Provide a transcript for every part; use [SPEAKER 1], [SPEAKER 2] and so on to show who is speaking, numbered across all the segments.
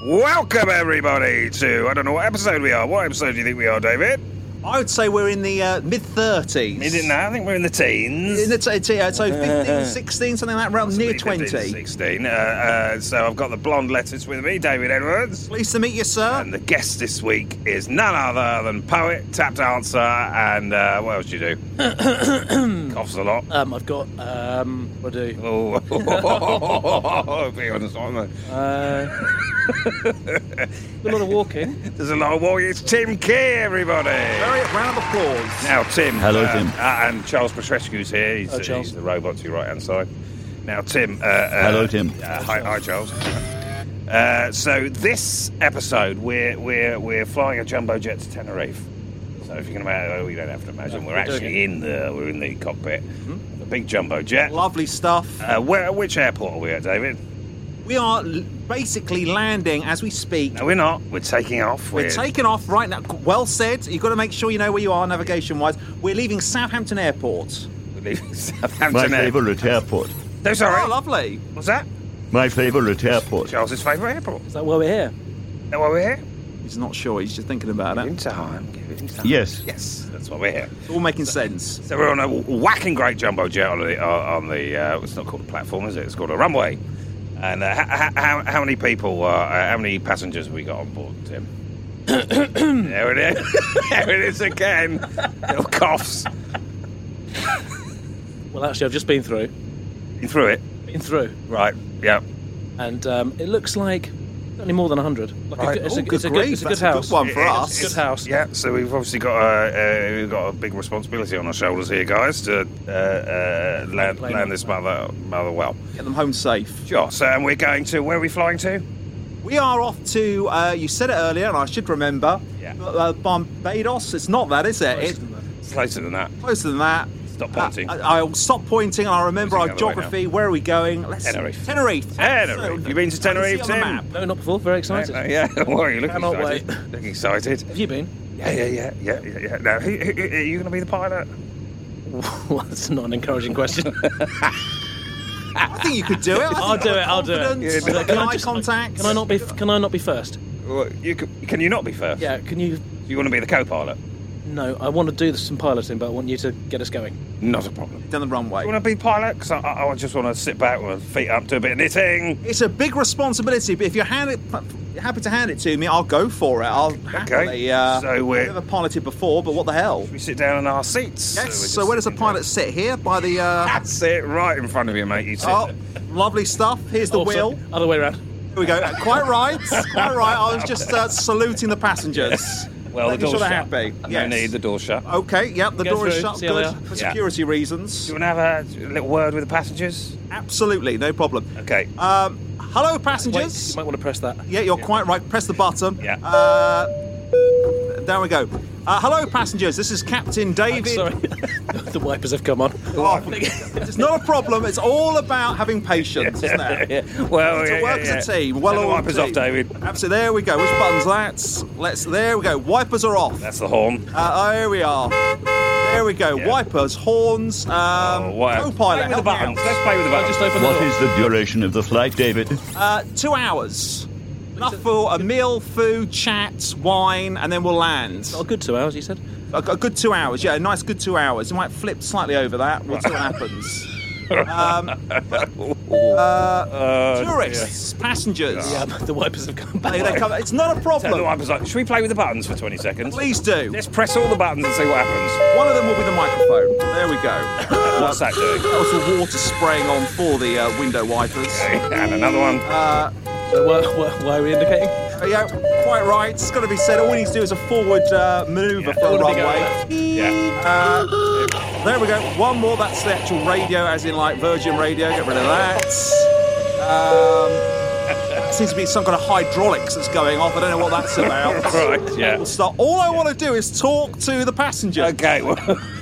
[SPEAKER 1] Welcome, everybody, to I don't know what episode we are. What episode do you think we are, David?
[SPEAKER 2] I would say we're in the uh, mid 30s.
[SPEAKER 1] Is it now? I think we're in the teens.
[SPEAKER 2] In the t- t- uh, so 15, 16, something like that, around near 20.
[SPEAKER 1] 15, 16. Uh, uh, so I've got the blonde lettuce with me, David Edwards.
[SPEAKER 2] Pleased to meet you, sir.
[SPEAKER 1] And the guest this week is none other than poet, tap dancer, and uh, what else do you do? Coughs a lot.
[SPEAKER 3] Um, I've got um, what do I do?
[SPEAKER 1] Oh, be honest, I'm a-
[SPEAKER 3] Uh, a lot of walking.
[SPEAKER 1] there's a lot of walking. It's Tim Key, everybody.
[SPEAKER 2] Very round of applause.
[SPEAKER 1] Now, Tim.
[SPEAKER 4] Hello, Tim.
[SPEAKER 1] Uh, and Charles Petrescu's here. He's, uh,
[SPEAKER 3] Oh, Charles.
[SPEAKER 1] he's the robot to your right hand side. Now, Tim. Uh, uh,
[SPEAKER 4] Hello, Tim.
[SPEAKER 1] Uh, hi, hi, Charles. Uh, so this episode, we're we're we're flying a jumbo jet to Tenerife. So if you can imagine, we don't have to imagine. we're
[SPEAKER 3] we're doing
[SPEAKER 1] actually in the we're in the cockpit, of a big jumbo jet.
[SPEAKER 2] Lovely stuff.
[SPEAKER 1] Uh, where, which airport are we at, David?
[SPEAKER 2] We are l- basically landing as we speak.
[SPEAKER 1] No, we're not. We're taking off.
[SPEAKER 2] We're taking off right now. Well said. You've got to make sure you know where you are navigation wise. We're leaving Southampton Airport.
[SPEAKER 1] we're leaving
[SPEAKER 4] My
[SPEAKER 1] Southampton Airport.
[SPEAKER 4] favourite airport.
[SPEAKER 1] No, sorry.
[SPEAKER 2] Oh, lovely.
[SPEAKER 1] What's that?
[SPEAKER 4] My favourite airport.
[SPEAKER 1] Charles's favourite airport.
[SPEAKER 3] Is that why we're here?
[SPEAKER 1] Is that why we're here?
[SPEAKER 2] He's not sure. He's just thinking about
[SPEAKER 1] Mm-hmm.
[SPEAKER 2] it.
[SPEAKER 1] Winterheim. Give it time.
[SPEAKER 4] Yes.
[SPEAKER 1] Yes, that's why we're here.
[SPEAKER 2] It's all making sense.
[SPEAKER 1] So we're on a whacking great jumbo jet on the, on the uh, it's not called a platform, is it? It's called a runway. And uh, how, how, how many people, uh, uh, how many passengers have we got on board, Tim? there it is. there it is again. Little coughs.
[SPEAKER 3] Well, actually, I've just been through,
[SPEAKER 1] You threw it.
[SPEAKER 3] been through,
[SPEAKER 1] Right, yeah.
[SPEAKER 3] and um, it looks like only more than hundred. Like
[SPEAKER 1] Right.
[SPEAKER 3] a, it's,
[SPEAKER 2] Oh,
[SPEAKER 3] a,
[SPEAKER 2] good
[SPEAKER 3] it's, a good,
[SPEAKER 2] grief.
[SPEAKER 3] it's a good
[SPEAKER 2] That's
[SPEAKER 3] house.
[SPEAKER 2] a good one for
[SPEAKER 1] It is.
[SPEAKER 2] us.
[SPEAKER 3] Good house.
[SPEAKER 1] Yeah, so we've obviously got a, uh, we've got a big responsibility on our shoulders here, guys, to uh, uh, land,
[SPEAKER 3] Plane.
[SPEAKER 1] land this mother, mother well.
[SPEAKER 2] Get them home safe.
[SPEAKER 1] Sure, so and we're going to, where are we flying to?
[SPEAKER 2] We are off to, uh, you said it earlier, and I should remember,
[SPEAKER 1] Yeah.
[SPEAKER 2] uh, Barbados. It's not that, is it? It's
[SPEAKER 1] It's later than that.
[SPEAKER 2] closer than that.
[SPEAKER 1] Stop pointing.
[SPEAKER 2] Uh, I, I'll stop pointing. I remember
[SPEAKER 1] Pointing
[SPEAKER 2] our
[SPEAKER 1] the other way
[SPEAKER 2] geography. Where are we going? Let's,
[SPEAKER 1] Tenerife.
[SPEAKER 2] Tenerife.
[SPEAKER 1] Tenerife.
[SPEAKER 2] Absolutely.
[SPEAKER 1] You been to
[SPEAKER 2] I can see
[SPEAKER 1] Tenerife,
[SPEAKER 2] it on the
[SPEAKER 1] Tim?
[SPEAKER 2] map.
[SPEAKER 3] No, not before. Very excited.
[SPEAKER 1] Uh, yeah, well, you look
[SPEAKER 3] Cannot
[SPEAKER 1] excited. Look excited.
[SPEAKER 3] Have you been?
[SPEAKER 1] Yeah, yeah, yeah, yeah, yeah. yeah. Now, who, who, who- are you going to be the pilot?
[SPEAKER 3] well, that's not an encouraging question.
[SPEAKER 2] I think you could do it. I
[SPEAKER 3] I'll
[SPEAKER 2] think
[SPEAKER 3] do
[SPEAKER 2] you've
[SPEAKER 3] it.
[SPEAKER 2] got
[SPEAKER 3] I'll do
[SPEAKER 2] confidence.
[SPEAKER 3] it.
[SPEAKER 1] Yeah,
[SPEAKER 2] Good
[SPEAKER 3] I
[SPEAKER 2] eye
[SPEAKER 3] just-
[SPEAKER 2] contact.
[SPEAKER 3] Can I not be? Can I not be first?
[SPEAKER 1] Well, you can, can you not be first?
[SPEAKER 3] Yeah. Can you?
[SPEAKER 1] You want to be the co-pilot?
[SPEAKER 3] No, I want to do some piloting, but I want you to get us going.
[SPEAKER 1] Not a problem.
[SPEAKER 2] down the runway?
[SPEAKER 1] You want to be pilot? Because I, I, I just want to sit back with my feet up, do a bit of knitting.
[SPEAKER 2] It's a big responsibility, but if you're hand it, happy to hand it to me, I'll go for it. I'll happily. Uh,
[SPEAKER 1] So we're-
[SPEAKER 2] I've never piloted before, but what the hell?
[SPEAKER 1] We sit down in our seats.
[SPEAKER 2] Yes.
[SPEAKER 1] we're
[SPEAKER 2] So
[SPEAKER 1] just
[SPEAKER 2] where does the
[SPEAKER 1] sitting
[SPEAKER 2] pilot
[SPEAKER 1] down.
[SPEAKER 2] sit here? By the. Uh,
[SPEAKER 1] That's it, right in front of you, mate. You sit.
[SPEAKER 2] oh,
[SPEAKER 1] there.
[SPEAKER 2] lovely stuff. Here's the
[SPEAKER 3] Oh, sorry,
[SPEAKER 2] wheel.
[SPEAKER 3] Other way around.
[SPEAKER 2] Here we go. Uh, Quite right. Quite right. I was just uh, saluting the passengers.
[SPEAKER 1] Well,
[SPEAKER 2] making
[SPEAKER 1] the
[SPEAKER 2] sure
[SPEAKER 1] door's
[SPEAKER 2] they're
[SPEAKER 1] shut.
[SPEAKER 2] happy.
[SPEAKER 1] No need the door shut. Do
[SPEAKER 2] Okay, yep, the
[SPEAKER 3] Go
[SPEAKER 2] door is
[SPEAKER 3] through,
[SPEAKER 2] shut.
[SPEAKER 3] see how they
[SPEAKER 2] Good.
[SPEAKER 3] are.
[SPEAKER 2] For
[SPEAKER 1] Yeah.
[SPEAKER 2] security reasons.
[SPEAKER 1] you want to have a little word with the passengers?
[SPEAKER 2] Absolutely, no problem.
[SPEAKER 1] Okay.
[SPEAKER 2] Um, hello,
[SPEAKER 3] Wait,
[SPEAKER 2] passengers.
[SPEAKER 3] you might want to press that.
[SPEAKER 2] yeah, you're quite right. Press the button.
[SPEAKER 1] Yeah.
[SPEAKER 2] Uh, there we go. Uh, hello, passengers. This is Captain
[SPEAKER 3] I'm
[SPEAKER 2] David.
[SPEAKER 3] sorry. the wipers have come on.
[SPEAKER 2] Oh, it's not a problem. It's all about having patience, isn't it?
[SPEAKER 1] Well,
[SPEAKER 2] To
[SPEAKER 1] yeah,
[SPEAKER 2] work
[SPEAKER 1] yeah,
[SPEAKER 2] as a
[SPEAKER 1] yeah.
[SPEAKER 2] team. Well,
[SPEAKER 1] Turn the
[SPEAKER 2] all
[SPEAKER 1] wipers off,
[SPEAKER 2] team.
[SPEAKER 1] David.
[SPEAKER 2] Absolutely. There we go. Which button's that? Let's. There we go. Wipers are off.
[SPEAKER 1] That's the horn.
[SPEAKER 2] Uh, here we are. There we go.
[SPEAKER 1] Yeah.
[SPEAKER 2] Wipers, horns, um,
[SPEAKER 1] Oh, what-
[SPEAKER 2] co-pilot.
[SPEAKER 1] Play with the
[SPEAKER 2] help me out.
[SPEAKER 1] buttons. Let's play with the
[SPEAKER 3] I
[SPEAKER 1] buttons.
[SPEAKER 3] just opened the
[SPEAKER 4] What
[SPEAKER 3] door.
[SPEAKER 4] is the duration of the flight, David?
[SPEAKER 2] Uh, two hours. Enough for a meal, food, chat, wine, and then we'll land.
[SPEAKER 3] Oh, good two hours, you said.
[SPEAKER 2] A, a good two hours, yeah, a nice good two hours. It might flip slightly over that. We'll see what happens. Um,
[SPEAKER 1] Oh, Uh,
[SPEAKER 2] tourists, passengers,
[SPEAKER 3] Yeah, but the wipers have come
[SPEAKER 2] they,
[SPEAKER 3] back.
[SPEAKER 2] they come, it's not a
[SPEAKER 1] yeah. The
[SPEAKER 2] problem.
[SPEAKER 1] wipers like, should we play with the buttons for 20 seconds?
[SPEAKER 2] Please do.
[SPEAKER 1] Let's press all the buttons and see what happens.
[SPEAKER 2] One of them will be the microphone. There we go.
[SPEAKER 1] What's that doing?
[SPEAKER 2] That was the water spraying on for the uh, window wipers.
[SPEAKER 1] And another one.
[SPEAKER 3] So why, why, why are we indicating?
[SPEAKER 2] Uh, yeah, quite right. It's got to be said. All we need to do is a forward uh, manoeuvre for a
[SPEAKER 3] Don't wanna be
[SPEAKER 2] runway. Uh,
[SPEAKER 1] yeah.
[SPEAKER 2] There we go. One more. That's the actual radio, as in like Virgin Radio. Get rid of that. Um, seems to be some kind of hydraulics that's going off. I don't know what that's about.
[SPEAKER 1] Right, yeah.
[SPEAKER 2] We'll start. All I want to do is talk to the passenger.
[SPEAKER 1] Okay, well,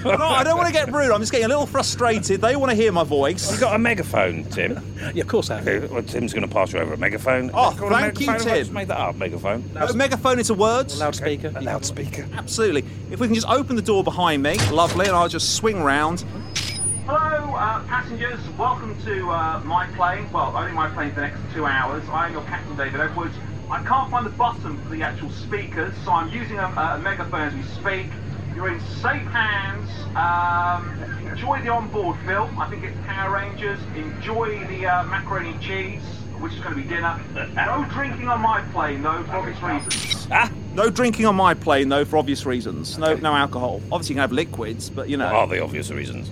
[SPEAKER 2] No, I don't want to get rude. I'm just getting a little frustrated. They want to hear my voice.
[SPEAKER 1] you've got a megaphone, Tim.
[SPEAKER 3] Yeah, of course I have.
[SPEAKER 1] Okay, well, Tim's going to pass you over a megaphone.
[SPEAKER 2] Oh,
[SPEAKER 1] Call a
[SPEAKER 2] thank you,
[SPEAKER 1] megaphone?
[SPEAKER 2] Tim.
[SPEAKER 1] Just made that up, megaphone.
[SPEAKER 2] A megaphone into words.
[SPEAKER 3] Loudspeaker.
[SPEAKER 1] A loudspeaker.
[SPEAKER 2] Absolutely. If we can just open the door behind me, lovely, and I'll just swing round.
[SPEAKER 5] Hello, uh, passengers. Welcome to uh, my plane. Well, only my plane for the next two hours. I am your captain, David Edwards. I can't find the button for the actual speakers, so I'm using a, a megaphone as we speak. You're in safe hands. Um, enjoy the onboard film. I think it's Power Rangers. Enjoy the uh, macaroni and cheese, which is going to be dinner. No drinking on my plane, though, for obvious reasons.
[SPEAKER 1] Ah!
[SPEAKER 2] No drinking on my plane, though, for obvious reasons. No, no alcohol. Obviously, you can have liquids, but you
[SPEAKER 1] What
[SPEAKER 2] know,
[SPEAKER 1] are the obvious reasons?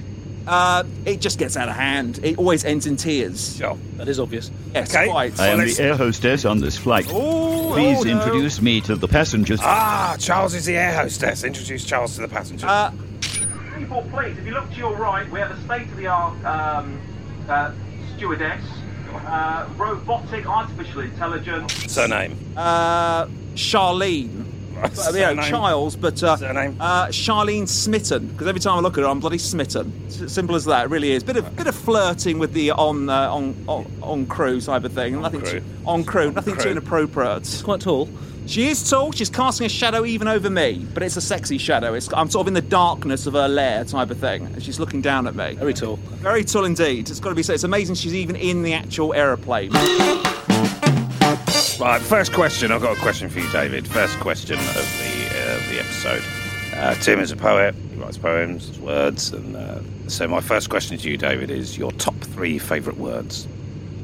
[SPEAKER 2] uh, it just gets out of hand. It always ends in tears.
[SPEAKER 1] Sure.
[SPEAKER 3] That is obvious.
[SPEAKER 2] Yes,
[SPEAKER 1] Okay.
[SPEAKER 2] quite.
[SPEAKER 4] I am
[SPEAKER 1] let's-
[SPEAKER 4] the air hostess on this flight.
[SPEAKER 2] Oh,
[SPEAKER 4] Please
[SPEAKER 2] oh, no.
[SPEAKER 4] introduce me to the passengers.
[SPEAKER 1] Ah, Charles is the air hostess. Introduce Charles to the passenger.
[SPEAKER 2] Uh,
[SPEAKER 5] People, please, if you look to your right, we have a state-of-the-art um, uh, stewardess, uh, robotic artificial intelligence.
[SPEAKER 1] Surname.
[SPEAKER 2] uh, Charlene. But, you know,
[SPEAKER 1] Surname.
[SPEAKER 2] Charles, but uh,
[SPEAKER 1] Surname?
[SPEAKER 2] uh, Charlene Smitten. Because every time I look at her, I'm bloody smitten. S- simple as that. It really is. Bit of bit of flirting with the on uh, on, on on crew type of thing. nothing
[SPEAKER 1] crew.
[SPEAKER 2] Too, on crew. Nothing
[SPEAKER 1] crew.
[SPEAKER 2] too inappropriate.
[SPEAKER 3] Quite tall.
[SPEAKER 2] She is tall. She's casting a shadow even over me, but it's a sexy shadow. It's, I'm sort of in the darkness of her lair type of thing, and she's looking down at me.
[SPEAKER 3] Very tall.
[SPEAKER 2] Very tall indeed. It's got to be said. It's amazing she's even in the actual aeroplane.
[SPEAKER 1] Right, first question. I've got a question for you, David. First question of the uh, the episode. Uh, Tim is a poet. He writes poems, words, and uh, so my first question to you, David, is your top three favourite words.